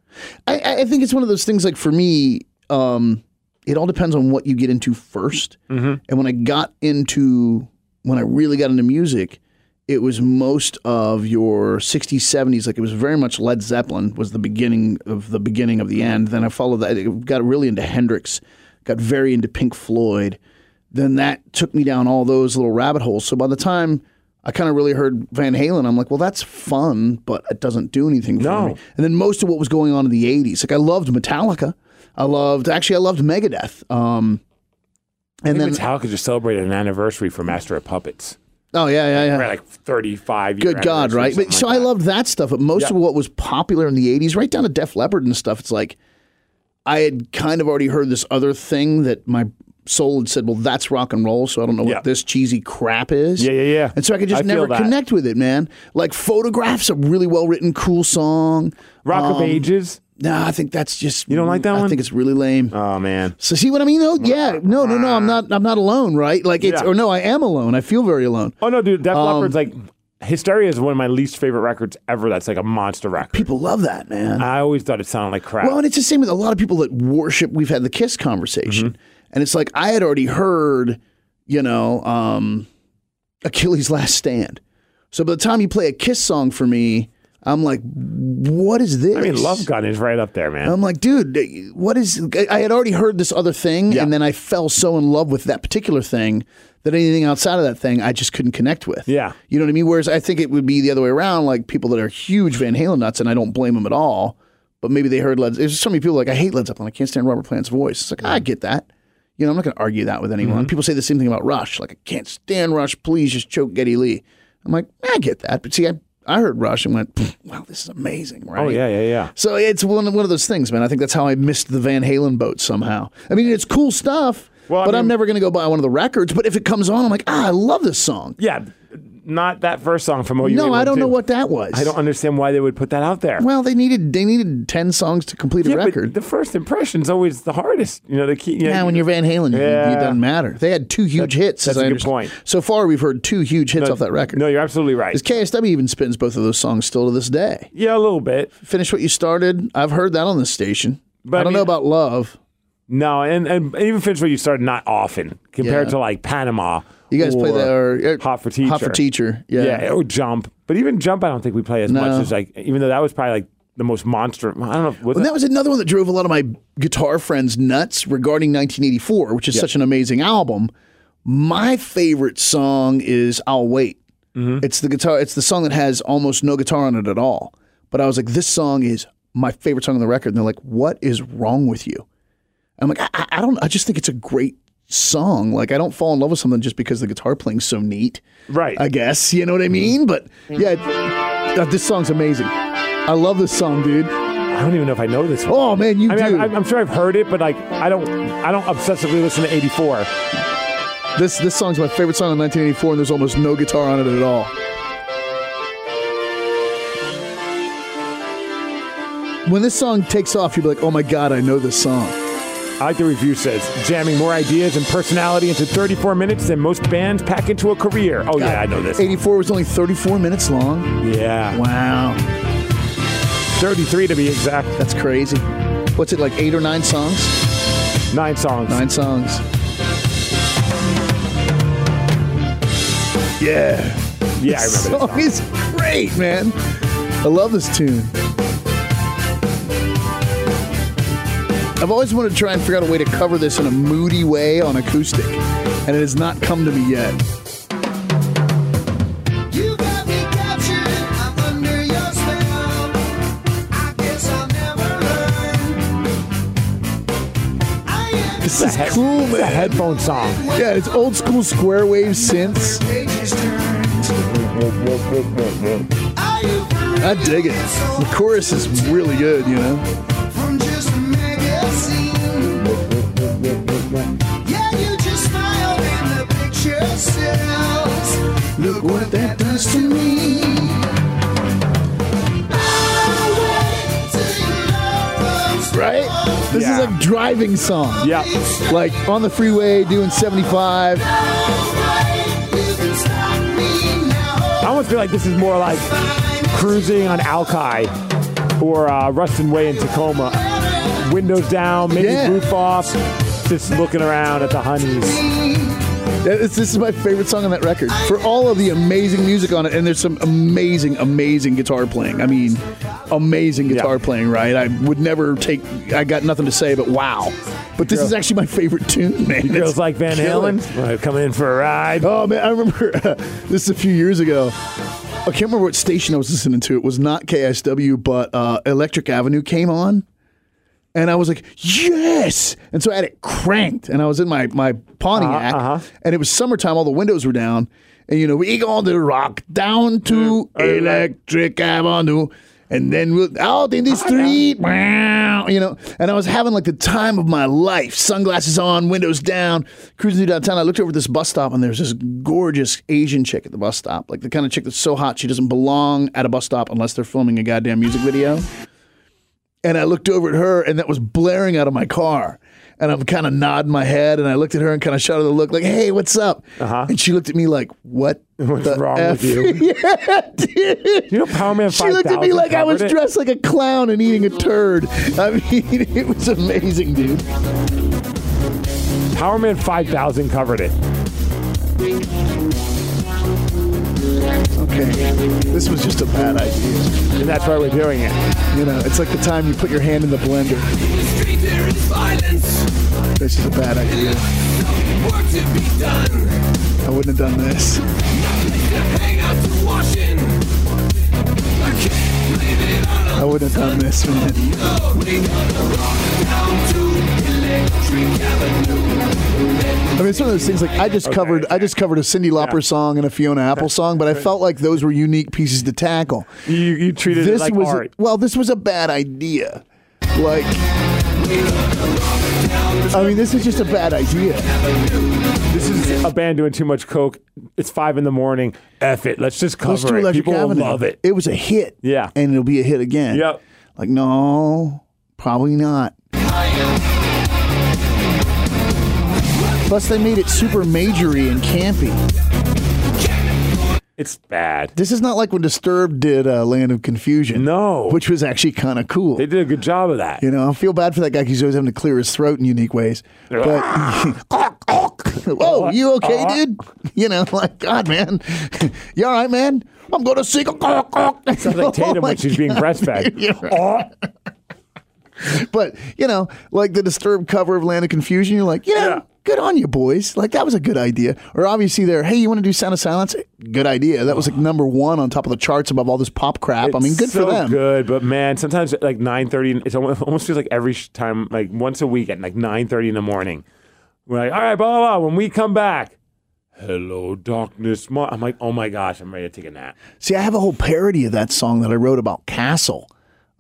I- I, I think it's one of those things. Like for me, um, it all depends on what you get into 1st And when I got into when I really got into music, it was most of your '60s, '70s. Like it was very much Led Zeppelin was the beginning of the beginning of the end. Then I followed that. I got really into Hendrix. Got very into Pink Floyd then that took me down all those little rabbit holes. So by the time I kind of really heard Van Halen, I'm like, well, that's fun, but it doesn't do anything for
No.
me. And then most of what was going on in the 80s, like I loved Metallica. I loved, actually, I loved Megadeth. Um, and
I
then,
think Metallica just celebrated an anniversary for Master of Puppets.
oh, yeah, yeah, yeah.
Right, like 35 year
Good God,
anniversary,
right? But
something
so
like
I
that.
loved that stuff. But most
Yeah.
of what was popular in the '80s, right down to Def Leppard and stuff, it's like I had kind of already heard this other thing that my soul had said, "Well, that's rock and roll." So I don't know
Yeah.
what this cheesy crap is.
Yeah, yeah, yeah.
And so I could just
I feel
never
that.
connect with it, man. Like photographs, a really well written, cool song.
Rock of
Um,
Ages.
Nah, I think that's just
You don't like that
I
one?
think it's really lame.
Oh man.
So see what I mean though? Yeah. No, no, no. I'm not. I'm not alone, right? Like it's
Yeah.
or no, I am alone. I feel very alone. um,
Oh no, dude. Def Leppard's like Hysteria is one of my least favorite records ever. That's like a monster record.
People love that, man.
I always thought it sounded like Ah, crap.
Well, and it's the same with a lot of people that worship. We've had the Kiss conversation,
Mm-hmm.
and it's like I had already heard, you know, um, Achilles' Last Stand. So by the time you play a Kiss song for me, I'm like, what is this?
I mean, Love Gun is right up there, man.
I'm like, dude, what is? I- I had already heard this other thing, and then I fell so in love with that particular thing that anything outside of that thing, I just couldn't connect with.
Yeah.
You know what I mean? Whereas I think it would be the other way around, like people that are huge Van Halen nuts, and I don't blame them at all. But maybe they heard Led. There's so many people like I hate Led Zeppelin. I can't stand Robert Plant's voice. It's like I
Mm.
get that. You know, I'm not going to argue that with anyone.
Mm-hmm.
People say the same thing about Rush. Like I can't stand Rush. Please just choke Geddy Lee. I'm like I get that, but see, I I heard Rush and went, "Pfft, wow, this is amazing, right?
Oh yeah, yeah, yeah.
So it's one of, one of those things, man. I think that's how I missed the Van Halen boat somehow. I mean, it's cool stuff,
I
but I'm
mean-
never going to go buy one of the records. But if it comes on, I'm like, ah, I love this song.
Yeah, not that first song from OU.
no, I don't know what that was.
I don't understand why they would put that out there.
Well, they needed they needed ten songs to complete
yeah,
a record.
But the first impression's always the hardest. You know, the key. You
yeah,
know,
when you're Van Halen,
Yeah.
it doesn't matter. They had two huge hits.
that's
as
a
I
good
understand-
point.
So far, we've heard two huge hits
No,
off that record.
No, you're absolutely right.
Because KSW even spins both of those songs still to this day.
Yeah, a little bit.
Finish what you started. I've heard that on this station.
But
I
I
don't
mean-
know about love.
No, and, and even finish where you started not often compared
Yeah.
to like Panama.
You guys play that or er,
Hot for Teacher.
Hot for Teacher, yeah.
or Jump. But even Jump, I don't think we play as
No.
much as like, even though that was probably like the most monster. I don't know. if- Was
Well, that was another one that drove a lot of my guitar friends nuts regarding 1984, which is such an amazing album. My favorite song is "I'll Wait." It's the guitar. It's the song that has almost no guitar on it at all. But I was like, this song is my favorite song on the record. And they're like, what is wrong with you? I'm like, I, I- I don't. I just think it's a great song. Like, I don't fall in love with something just because the guitar playing's so neat.
Right.
I guess you know what I mean. But yeah, it- uh, this song's amazing. I love this song, dude.
I don't even know if I know this one.
Oh man, you
I mean,
do.
I, I'm sure I've heard it, but like, I don't, I don't obsessively listen to '84.
This this song's my favorite song in 1984, and there's almost no guitar on it at all. When this song takes off, you'll be like, "Oh my god, I know this song."
I like the review says, jamming more ideas and personality into 34 minutes than most bands pack into a career. Oh yeah, I know this.
84 was only 34 minutes long.
Yeah,
Wow,
33 to be exact.
that's crazy. What's it like? Eight or nine songs?
Nine songs.
Nine songs. Yeah,
Yeah, I remember. this
this (laughs) song
song.
is great, man. I love this tune. I've always wanted to try and figure out a way to cover this in a moody way on acoustic, and it has not come to me yet.
You got me captured. I'm under your spell. I guess I'll never learn. I am
This
It's a
is
head-
cool,
it's a
man.
headphone song.
Yeah, it's old school square wave synths.
pages turned. Are you
I dig it. The chorus is really good, you know.
from just a magazine? Yeah, you just smiled in the picture cells. Look what that does to me. I'll wait till your love comes
Right? This
Yeah.
is a driving song.
Yeah.
Like on the freeway doing 75.
I almost feel like this is more like cruising on Alki or uh, Rustin Way in Tacoma. Windows down, maybe
Yeah.
roof off, just looking around at the honeys.
That is- This is my favorite song on that record. For all of the amazing music on it, and there's some amazing, amazing guitar playing. I mean, amazing guitar playing, right? I would never take, I got nothing to say but wow. But this is actually my favorite tune, man.
You girls
It's
like Van
killer.
Halen? Wanna Come in for a ride.
Oh, man, I remember (laughs) this is a few years ago. I can't remember what station I was listening to. It was not KSW, but uh, Electric Avenue came on. And I was like, yes. And so I had it cranked. And I was in my, my Pontiac.
Uh-huh, uh-huh.
And it was summertime. All the windows were down. And, you know, we going to rock down to Electric Avenue. And then we'll out
Ah,
in the street, wow, you know. And I was having like the time of my life, sunglasses on, windows down, cruising through downtown. I looked over at this bus stop, and there's this gorgeous Asian chick at the bus stop, like the kind of chick that's so hot she doesn't belong at a bus stop unless they're filming a goddamn music video and I looked over at her, and that was blaring out of my car. and I'm kind of nodding my head, and I looked at her and kind of shot her the look like, "Hey, what's up?" Uh-huh. And she looked at me like, "What?
(laughs) What's wrong with
F-
you?
(laughs) yeah, dude.
You know, Power Man.
She looked at me
5000
like I was
covered it.
dressed like a clown and eating a turd. I mean, (laughs) it was amazing, dude.
Power Man 5000 covered it.
Okay, this was just a bad idea.
And that's why we're doing it.
You know, it's like the time you put your hand in the blender. This is a bad idea. I wouldn't have done this. I wouldn't have done this, man. I mean, it's one of those things. Like I just covered, I just covered a Cindy Lauper song and a Fiona Apple song, but I felt like those were unique pieces to tackle.
You, you treated
this
it like
was a-
art.
well, this was a bad idea. Like, I mean, this is just a bad idea.
This is a band doing too much coke. It's five in the morning. F it. Let's just cover
Let's do
it.
Electric
People will
Avenue.
love it.
was a hit.
Yeah.
and it'll be a hit again.
Yep.
Like, no, probably not. Plus, they made it super majory and campy.
It's bad.
This is not like when Disturbed did uh, Land of Confusion.
No.
Which was actually kind of cool.
They did a good job of that.
You know, I feel bad for that guy 'cause he's always having to clear his throat in unique ways.
(laughs)
But, (laughs) oh,
Uh-huh.
you okay, dude? (laughs) You know, like, God, man. (laughs) you all right, man? I'm going to seek a Oh cock, cock.
Sounds
(laughs)
like Tatum when she's being breastfed. Oh,
But, you know, like the Disturbed cover of Land of Confusion, you're like, you know,
Yeah.
good on you, boys. Like, that was a good idea. Or obviously, there, hey, you want to do Sound of Silence? Good idea. That was like number one on top of the charts above all this pop crap. I mean, good
so
for them.
Good, but man, sometimes at like nine thirty. It's almost, almost feels like every sh- time, like once a week at like nine thirty in the morning. We're like, all right, blah blah. blah. When we come back, hello darkness. Mo-. I'm like, oh my gosh, I'm ready to take a nap.
See, I have a whole parody of that song that I wrote about Castle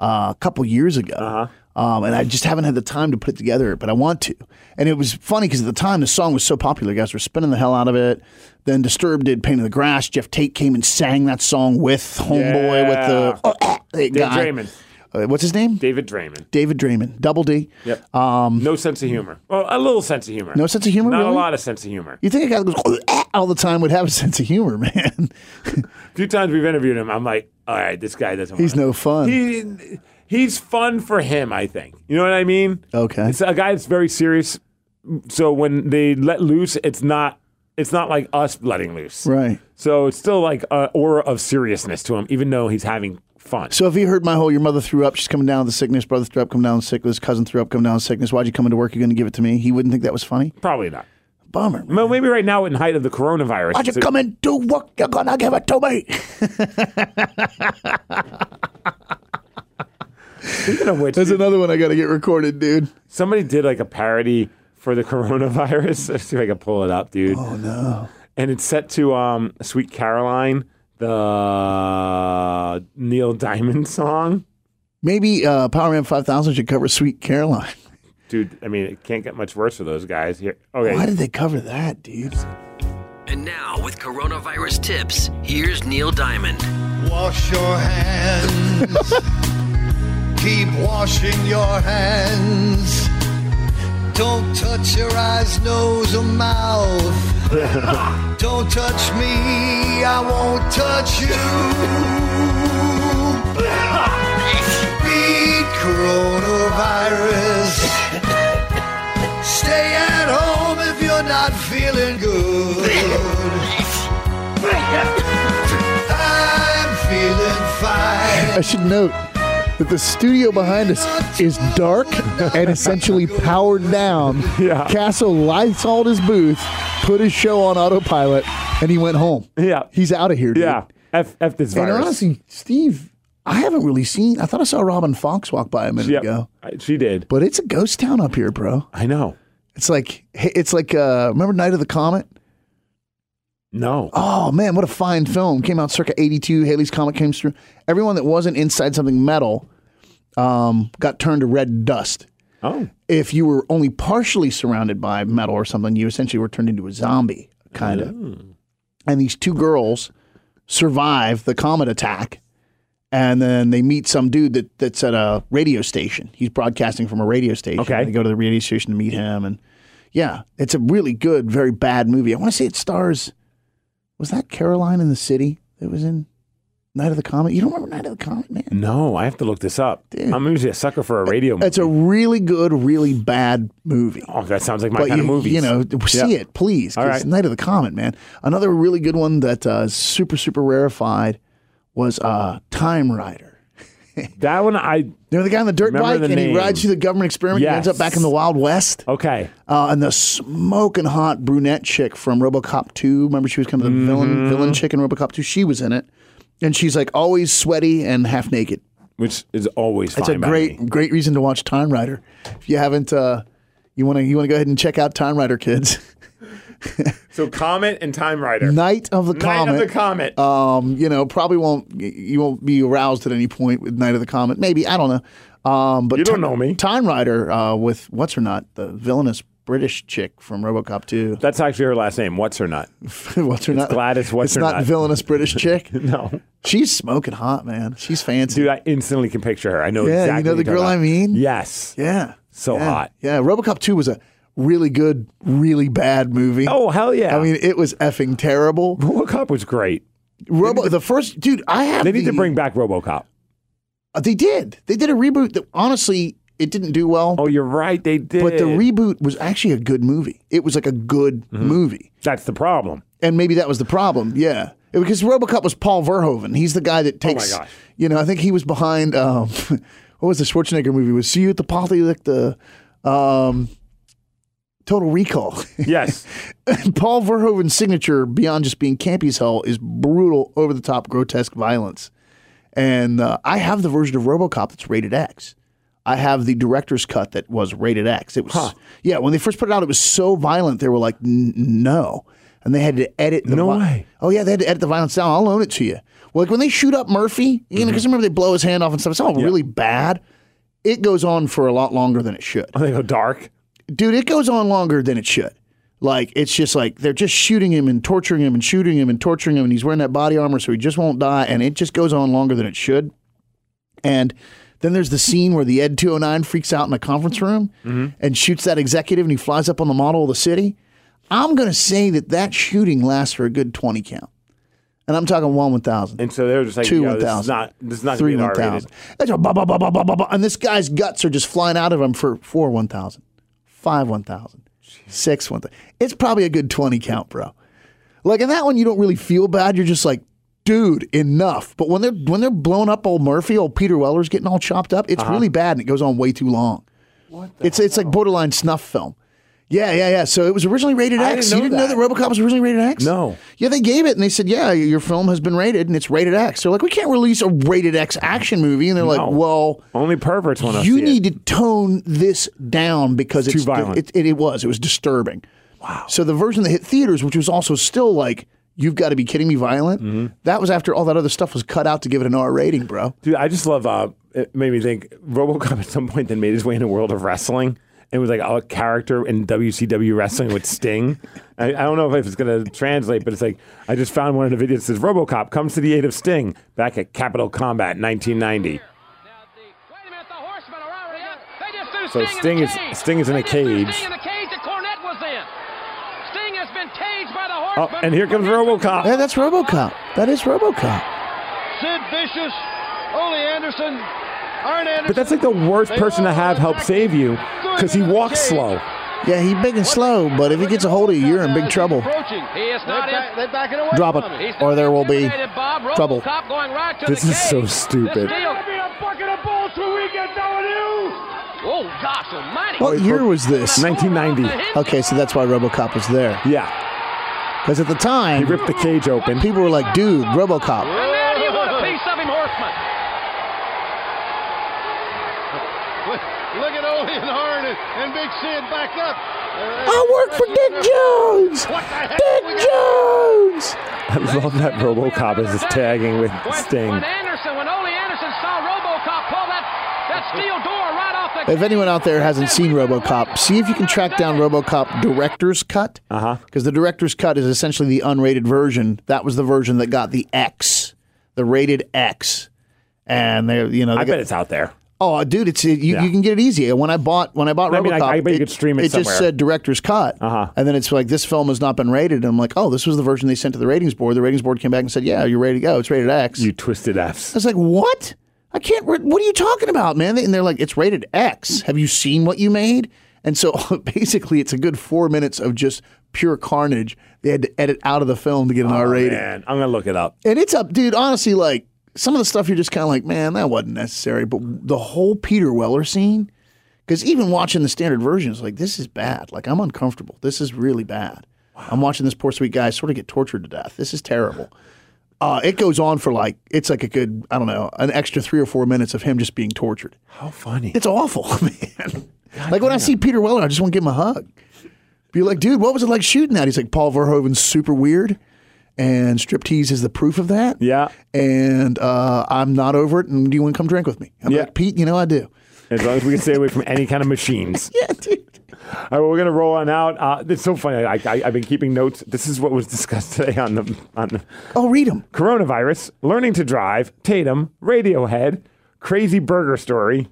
uh, a couple years ago.
Uh-huh.
Um, and I just haven't had the time to put it together, but I want to. And it was funny because at the time, the song was so popular. Guys were spinning the hell out of it. Then Disturbed did Pain in the Grass. Jeff Tate came and sang that song with Homeboy, with (laughs) the
Dave
guy.
Draymond.
Uh, what's his name?
David Draymond.
David Draymond. Double D.
Yep. no sense of humor. Well, a little sense of humor.
Um, No sense of humor,
Not
really?
a lot of sense of humor.
You think a guy that goes (laughs) all the time would have a sense of humor, (laughs) man?
A few times we've interviewed him. I'm like, all right, this guy doesn't.
He's
wanna-
no fun.
He, he's fun for him. I think. You know what I mean?
okay.
It's a guy that's very serious. So when they let loose, it's not. It's not like us letting loose.
Right.
So it's still like an aura of seriousness to him, even though he's having fun.
So if you heard my whole, your mother threw up, she's coming down with the sickness, brother threw up, coming down with sickness, cousin threw up, coming down with sickness, why'd you come into work? You're going to give it to me? He wouldn't think that was funny?
Probably not.
Bummer.
Well, maybe right now, in height of the coronavirus,
Why'd you
it's a-
come into work? You're going to give it to me.
speaking of which,
(laughs) There's another one I got to get recorded, dude.
somebody did like a parody for the (laughs) coronavirus. Let's see if I can pull it up, dude. Oh
no.
And it's set to um, "Sweet Caroline," the Neil Diamond song.
Maybe uh, Power Man 5000 should cover Sweet Caroline.
Dude, I mean, it can't get much worse for those guys here. Okay,
Why did they cover that, dude?
And now, with coronavirus tips, here's Neil Diamond.
Wash your hands. Keep washing your hands. Don't touch your eyes, nose, or mouth. Don't touch me. I won't touch
(laughs)
you. Beat coronavirus. Stay at home if you're not feeling good. I'm feeling fine.
I should note that the studio behind us is dark and essentially powered down. (laughs)
Yeah.
Castle Lysol his booth, put his show on autopilot, and he went home.
(laughs) Yeah.
He's out of here, dude.
(laughs) yeah, f f this
And
virus.
honestly, Steve, I haven't really seen. I thought I saw Robin Fox walk by a minute
Yep.
ago,
I- she did.
but it's a ghost town up here, bro.
I know.
It's like it's like uh, remember Night of the Comet?
No,
Oh man, what a fine film! Came out circa '82. Haley's Comet came through. Everyone that wasn't inside something metal um, got turned to red dust.
oh,
If you were only partially surrounded by metal or something, you essentially were turned into a zombie, kind of. And these two girls survive the comet attack, and then they meet some dude that, that's at a radio station. He's broadcasting from a radio station. Okay. They go to the radio station to meet him. And yeah, it's a really good, very bad movie. I want to say it stars, was that Caroline in the City that was in Night of the Comet? You don't remember Night of the Comet, man?
No, I have to look this up. I'm usually a sucker for a radio movie.
It's a really good, really bad movie.
Oh, that sounds like my
but
kind
you,
of movies.
you know, see
Yeah.
it, please. 'cause
All right.
Night of the Comet, man. Another really good one that uh, is super, super rarefied was uh, Time Rider.
that one I. You
know the guy on the dirt
Remember
bike
the
and
name.
he rides through the government experiment and ends
Yes.
up back in the Wild West.
Okay.
Uh, and the smoking hot brunette chick from RoboCop 2. Remember, she was kind of the
Mm-hmm.
villain villain chick in RoboCop 2. She was in it, and she's like always sweaty and half naked.
Which is always
It's
fine
a
by
great
me.
great reason to watch Time Rider. If you haven't, uh, you want to you want to go ahead and check out Time Rider, kids. (laughs)
So Comet and Time Rider.
Night of the
Night of the
Comet.
Comet.
Um, you know, probably won't y- you won't be aroused at any point with Night of the Comet. Maybe I don't know. Um, but
You don't
Ti-
know me.
Time Rider uh, with what's her not the villainous British chick from RoboCop 2.
That's actually her last name. What's her not?
(laughs) what's her
It's
not?
Gladys, what's
it's
her
not,
not?
villainous British
(laughs)
chick.
no,
she's smoking hot, man. She's fancy.
Dude, I instantly can picture her. I know
Yeah, you
exactly.
know
what
the
you're
girl
talking
I
about.
mean?
Yes.
Yeah.
So
yeah.
hot.
Yeah. Robocop 2 was a really good, really bad movie.
Oh, hell yeah.
I mean, it was effing terrible.
RoboCop was great.
Robo, the first, dude, I have.
They need to
the-
bring back RoboCop.
Uh, They did. They did a reboot that honestly, it didn't do well.
Oh, you're right. They did. Mm-hmm.
But the reboot was actually a good movie. It was like a good movie.
That's the problem.
And maybe that was the problem. Yeah. It- because Robocop was Paul Verhoeven. He's the guy that takes,
Oh gosh.
you know, I think he was behind, um, (laughs) what was the Schwarzenegger movie? Was See You at the Poly, like the um, Total Recall. (laughs)
Yes.
Paul Verhoeven's signature, beyond just being campy as hell, is brutal, over the top, grotesque violence. And uh, I have the version of RoboCop that's rated X. I have the director's cut that was rated X. It was yeah. When they first put it out, it was so violent they were like, "N- "No," and they had to edit. The
No
vi-
way.
Oh yeah, they had to edit the violence down. I'll own it to you. Well, like when they shoot up Murphy, you know,
Mm-hmm.
because remember they blow his hand off and stuff. It's all really bad. It goes on for a lot longer than it should
Oh, they go dark.
dude, it goes on longer than it should. Like it's just like they're just shooting him and torturing him and shooting him and torturing him, and he's wearing that body armor, so he just won't die. And it just goes on longer than it should. And then there's the scene where the Ed 209 freaks out in a conference room and shoots that executive, and he flies up on the model of the city. I'm gonna say that that shooting lasts for a good 20 count, and I'm talking one 1,000
And so they were just like,
two
yo,
one
this is
thousand.
not, this is not
three
going to be
one
an R-rated.
thousand. That's a ba ba ba ba ba ba ba. And this guy's guts are just flying out of him for four one thousand, five one thousand, six one thousand. It's probably a good twenty count, bro. Like in that one, you don't really feel bad. You're just like, dude, enough. But when they're when they're blowing up old Murphy, old Peter Weller's getting all chopped up. It's
Uh-huh.
really bad, and it goes on way too long. it's it's like borderline snuff film. Yeah, yeah, yeah. So it was originally rated
I
X.
didn't
you
know
didn't know that RoboCop was originally rated X?
No.
Yeah, they gave it and they said, "Yeah, your film has been rated and it's rated X." They're like, "We can't release a rated X action movie," and they're
No.
like, "Well,
Only perverts want to
you
see
need to tone this down because
It's
it's,
too violent.
It, it, it was. It was disturbing. Wow. So the version that hit theaters, which was also still like, "You've got to be kidding me!" Violent.
Mm-hmm.
That was after all that other stuff was cut out to give it an R rating, bro.
Dude, I just love. Uh, it made me think. RoboCop at some point then made his way in the world of wrestling. It was like a character in WCW wrestling with Sting. I, I don't know if it's going to translate, but it's like I just found one of the videos that says RoboCop comes to the aid of Sting back at Capital Combat 1990. So Sting is Sting is in a cage. Oh, and here comes RoboCop.
Yeah, that's RoboCop. That is RoboCop.
Sid Vicious, Ole Anderson, Arn Anderson.
But that's like the worst person to have help save you because he walks slow.
Yeah, he's big and slow, but if he gets a hold of you, you're in big trouble.
Approaching. He is not they in. They back it away.
Drop
from him.
it, or there will be trouble.
This
(laughs)
is so stupid.
Oh, gosh almighty.
Oh,
What year was this?
1990.
Okay, so that's why RoboCop was there.
Yeah,
Because at the time,
he ripped the cage open.
people were like, dude, RoboCop.
And now you want a piece of him, Horseman. Look- (laughs) Look at Ole and Arn and, and Big Sid back up.
I work for
(laughs)
Dick Jones!
What the heck
Dick
we got?
Jones!
I love that RoboCop is just tagging with Sting.
When Anderson, when Ole Anderson saw RoboCop pull that, that steel door right off the
If anyone out there hasn't seen RoboCop, see if you can track down RoboCop director's cut. Uh
Uh-huh.
huh. Because the director's cut is essentially the unrated version. That was the version that got the X, the rated X. and they, you know,
I
they
bet it's out there.
Oh, dude, it's you,
Yeah.
you can get it easy. When I bought when I bought
I
RoboCop,
mean, I- I bet you could stream it
just
somewhere.
said director's cut, uh-huh. and then it's like this film has not been rated. And I'm like, oh, this was the version they sent to the ratings board. The ratings board came back and said, yeah, you're ready to go. It's rated X. You
twisted Fs.
I was like, what? I can't. re- What are you talking about, man? And they're like, it's rated X. Have you seen what you made? And so (laughs) basically, it's a good four minutes of just pure carnage. They had to edit out of the film to get an R rating.
Oh, Man, I'm gonna look it up.
And it's up, dude. Honestly, like some of the stuff you're just kind of like, man, that wasn't necessary. But the whole Peter Weller scene, because even watching the standard version, it's like this is bad. Like I'm uncomfortable. This is really bad. I'm watching this poor sweet guy sort of get tortured to death. This is terrible. Uh, it goes on for like it's like a good I don't know an extra three or four minutes of him just being tortured.
How funny!
It's awful, (laughs) man. like when I see Peter Weller, I just want to give him a hug. Be like, dude, what was it like shooting that? He's like, Paul Verhoeven's super weird, and striptease is the proof of that.
Yeah.
And uh, I'm not over it. And do you want to come drink with me? I'm like, Pete, you know I do. (laughs)
As long as we can stay away from any kind of machines.
yeah, dude.
(laughs) All right, well, we're gonna roll on out. Uh, it's so funny. I, I, I've been keeping notes. This is what was discussed (laughs) today on the on. The,
oh, read them.
Coronavirus, learning to drive, Tatum, Radiohead, crazy burger story,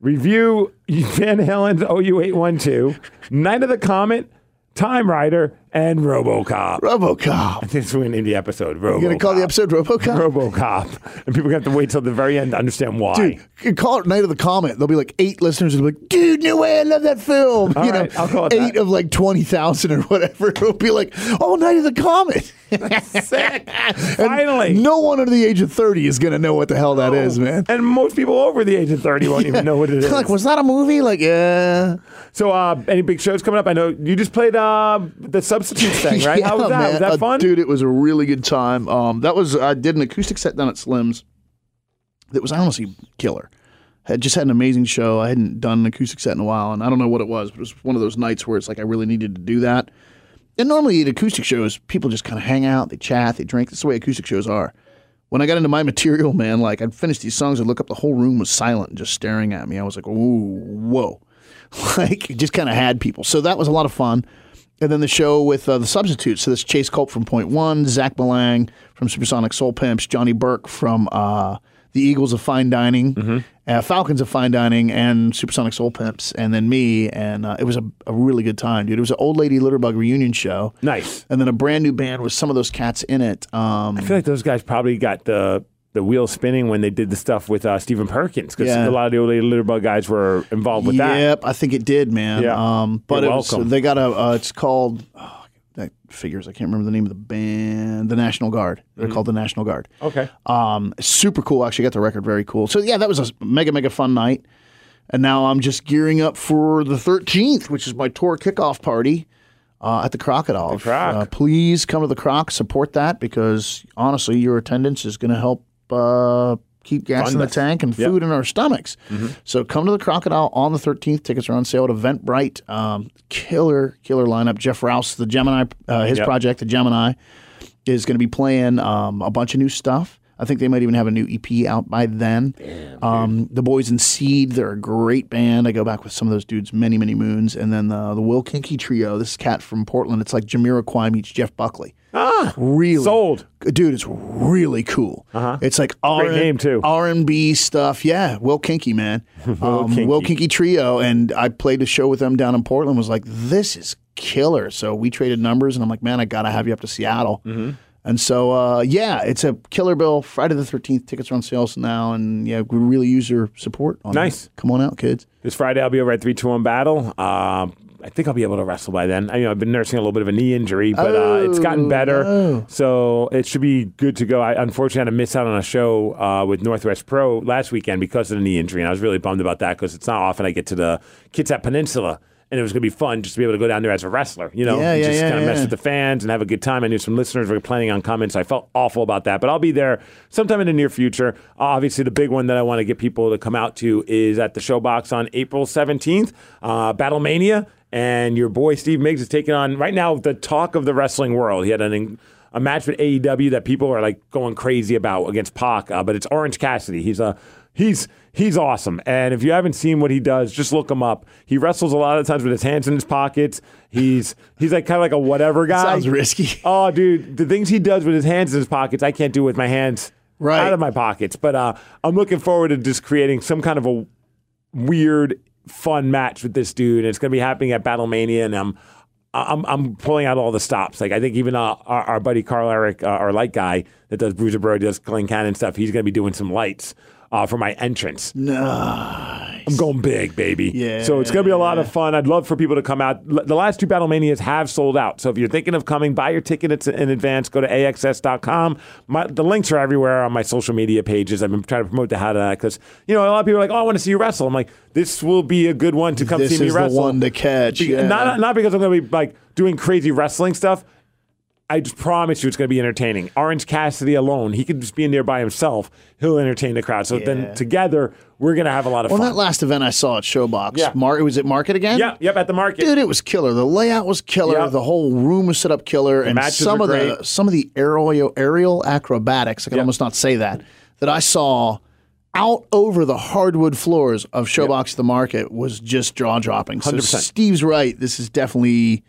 review (laughs) Van Halen's OU812, Night of the Comet, Time Rider, and RoboCop. (laughs)
RoboCop.
I think it's going into the episode. RoboCop.
You're gonna call the episode RoboCop?
RoboCop, and people have to wait till the very end to understand why.
Dude, call it Night of the Comet. There'll be like eight listeners who'll be like, dude, no way, I love that film.
All
you know,
right, I'll call it
eight of like 20,000 or whatever. (laughs) It'll be like, oh, Night of the Comet. (laughs)
Finally.
No one under the age of 30 is going to know what the hell that is, man.
And most people over the age of 30 won't even know what it
They're
is.
(laughs) like, was that a movie? Like, yeah.
So, uh, any big shows coming up? I know you just played uh, the substitutes
(laughs)
thing, right? How was
Yeah,
that? Was
man.
that
Uh,
fun?
Dude, it was a really good time. Um, that was I did an acoustic set down at Slim's. That was honestly killer. Had just had an amazing show. I hadn't done an acoustic set in a while, and I don't know what it was, but it was one of those nights where it's like I really needed to do that. And normally at acoustic shows, people just kind of hang out, they chat, they drink. That's the way acoustic shows are. When I got into my material, man, like I'd finish these songs, I'd look up, the whole room was silent, and just staring at me. I was like, ooh, whoa. (laughs) Like, it just kind of had people. So that was a lot of fun. And then the show with uh, the substitutes. So this Chase Culp from Point One, Zach Malang from Supersonic Soul Pimps, Johnny Burke from uh, the Eagles of Fine Dining,
Mm-hmm.
uh, Falcons of Fine Dining, and Supersonic Soul Pimps, and then me. And uh, it was a, a really good time, dude. It was an old lady litterbug reunion show.
Nice.
And then a brand new band with some of those cats in it. Um,
I feel like those guys probably got the the wheels spinning when they did the stuff with uh, Stephen Perkins because
Yeah.
a lot of the old lady litterbug guys were involved with that.
Yep, I think it did, man.
Yeah.
Um, but
You're
it was-
welcome.
they got a. Uh, it's called. Oh, that figures. I can't remember the name of the band. The National Guard. They're
Mhm.
called the National Guard.
Okay.
Um, super cool. Actually, got the record. Very cool. So yeah, that was a mega mega fun night. And now I'm just gearing up for the 13th, which is my tour kickoff party uh, at the Crocodile. Uh, please come to the Croc, support that because honestly, your attendance is going to help uh, keep gas
Fund
in the
this.
tank and
Yep. Mm-hmm.
food in our stomachs. So come to the Crocodile on the 13th. Tickets are on sale at Eventbrite. Um, killer, killer lineup. Jeff Rouse, the Gemini, uh, his
Yep.
project, the Gemini, is going to be playing um, a bunch of new stuff. I think they might even have a new EP out by then. um, the Boys in Seed, they're a great band. I go back with some of those dudes many, many moons. And then the, the Will Kinky Trio, this cat from Portland. It's like Jamiroquai meets Jeff Buckley.
Ah,
really
sold,
dude. It's really cool. Uh-huh. It's like R
Great name, too.
R and B stuff. Yeah, Will Kinky man,
(laughs)
Um,
Will Kinky.
Will Kinky trio, and I played a show with them down in Portland. Was like, this is killer. So we traded numbers, and I'm like, man, I gotta have you up to Seattle.
Mm-hmm.
And so, uh, yeah, it's a killer bill. Friday the 13th, tickets are on sales now, and yeah, we really use your support. on
Nice.
that. come on out, kids.
This Friday I'll be over at three two one battle. Um, I think I'll be able to wrestle by then. I, you know, I've been nursing a little bit of a knee injury, but uh, it's gotten
Oh,
better,
no.
so it should be good to go. I unfortunately had to miss out on a show uh, with Northwest Pro last weekend because of the knee injury, and I was really bummed about that because it's not often I get to the Kitsap Peninsula. And it was going to be fun just to be able to go down there as a wrestler, you know,
Yeah,
and
yeah,
just
yeah,
kind of mess
yeah.
with the fans and have a good time. I knew some listeners were planning on coming, so I felt awful about that. But I'll be there sometime in the near future. Obviously, the big one that I want to get people to come out to is at the Showbox on April 17th, uh, Battlemania. And your boy Steve Miggs is taking on, right now, the talk of the wrestling world. He had an. in- a match with AEW that people are like going crazy about against Pac, uh, but it's Orange Cassidy. He's a he's he's awesome. And if you haven't seen what he does, just look him up. He wrestles a lot of times with his hands in his pockets. He's he's like kind of like a whatever guy.
(laughs) Sounds risky.
Oh, dude, the things he does with his hands in his pockets, I can't do with my hands right. out of my pockets. But uh, I'm looking forward to just creating some kind of a weird, fun match with this dude. And it's going to be happening at Battlemania, and I'm I'm, I'm pulling out all the stops. Like I think even uh, our, our buddy Carl Eric, uh, our light guy that does Bruiser Bro, does Glen Cannon stuff. He's going to be doing some lights uh, for my entrance.
Nice.
I'm going big, baby.
Yeah.
So it's going to be a lot of fun. I'd love for people to come out. L- The last two Battlemanias have sold out. So if you're thinking of coming, buy your tickets in advance. Go to axs.com. My, the links are everywhere on my social media pages. I've been trying to promote the how to because you know a lot of people are like, oh, I want to see you wrestle. I'm like, this will be a good one to (laughs) come
This
see me
is the
wrestle.
one to catch,
Be-
yeah.
Not not because I'm going to be like doing crazy wrestling stuff. I just promise you it's going to be entertaining. Orange Cassidy alone, he could just be in there by himself. He'll entertain the crowd. So
Yeah.
then together, we're going to have a lot of
Well,
fun.
that last event I saw at Showbox,
Yeah.
Mar- was it Market again?
Yeah, yep, at the market.
Dude, it was killer. The layout was killer.
Yeah.
The whole room was set up killer, and
matches
some
were
of the
great.
some of the aerial aerial acrobatics. I can almost not say that that I saw out over the hardwood floors of Showbox the Market was just jaw dropping. So
100%.
Steve's right. This is definitely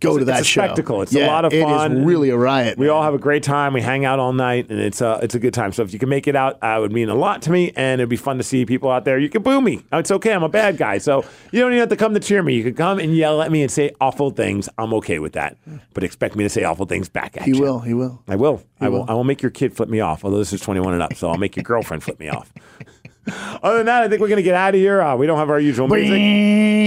go
It's-
to that
it's a
show.
spectacle. It's a
Yeah,
lot of fun.
It is really a riot.
We all have a great time. We hang out all night, and it's a it's a good time. So if you can make it out, uh, it would mean a lot to me, and it'd be fun to see people out there. You can boo me. Oh, It's okay. I'm a bad guy, so you don't even have to come to cheer me. You can come and yell at me and say awful things. I'm okay with that, but expect me to say awful things back at
He
you.
will. He will.
I will. I will. I will make your kid flip me off. Although this is 21 and up, so I'll make your girlfriend flip me off. (laughs) Other than that, I think we're gonna get out of here. Uh, we don't have our usual music.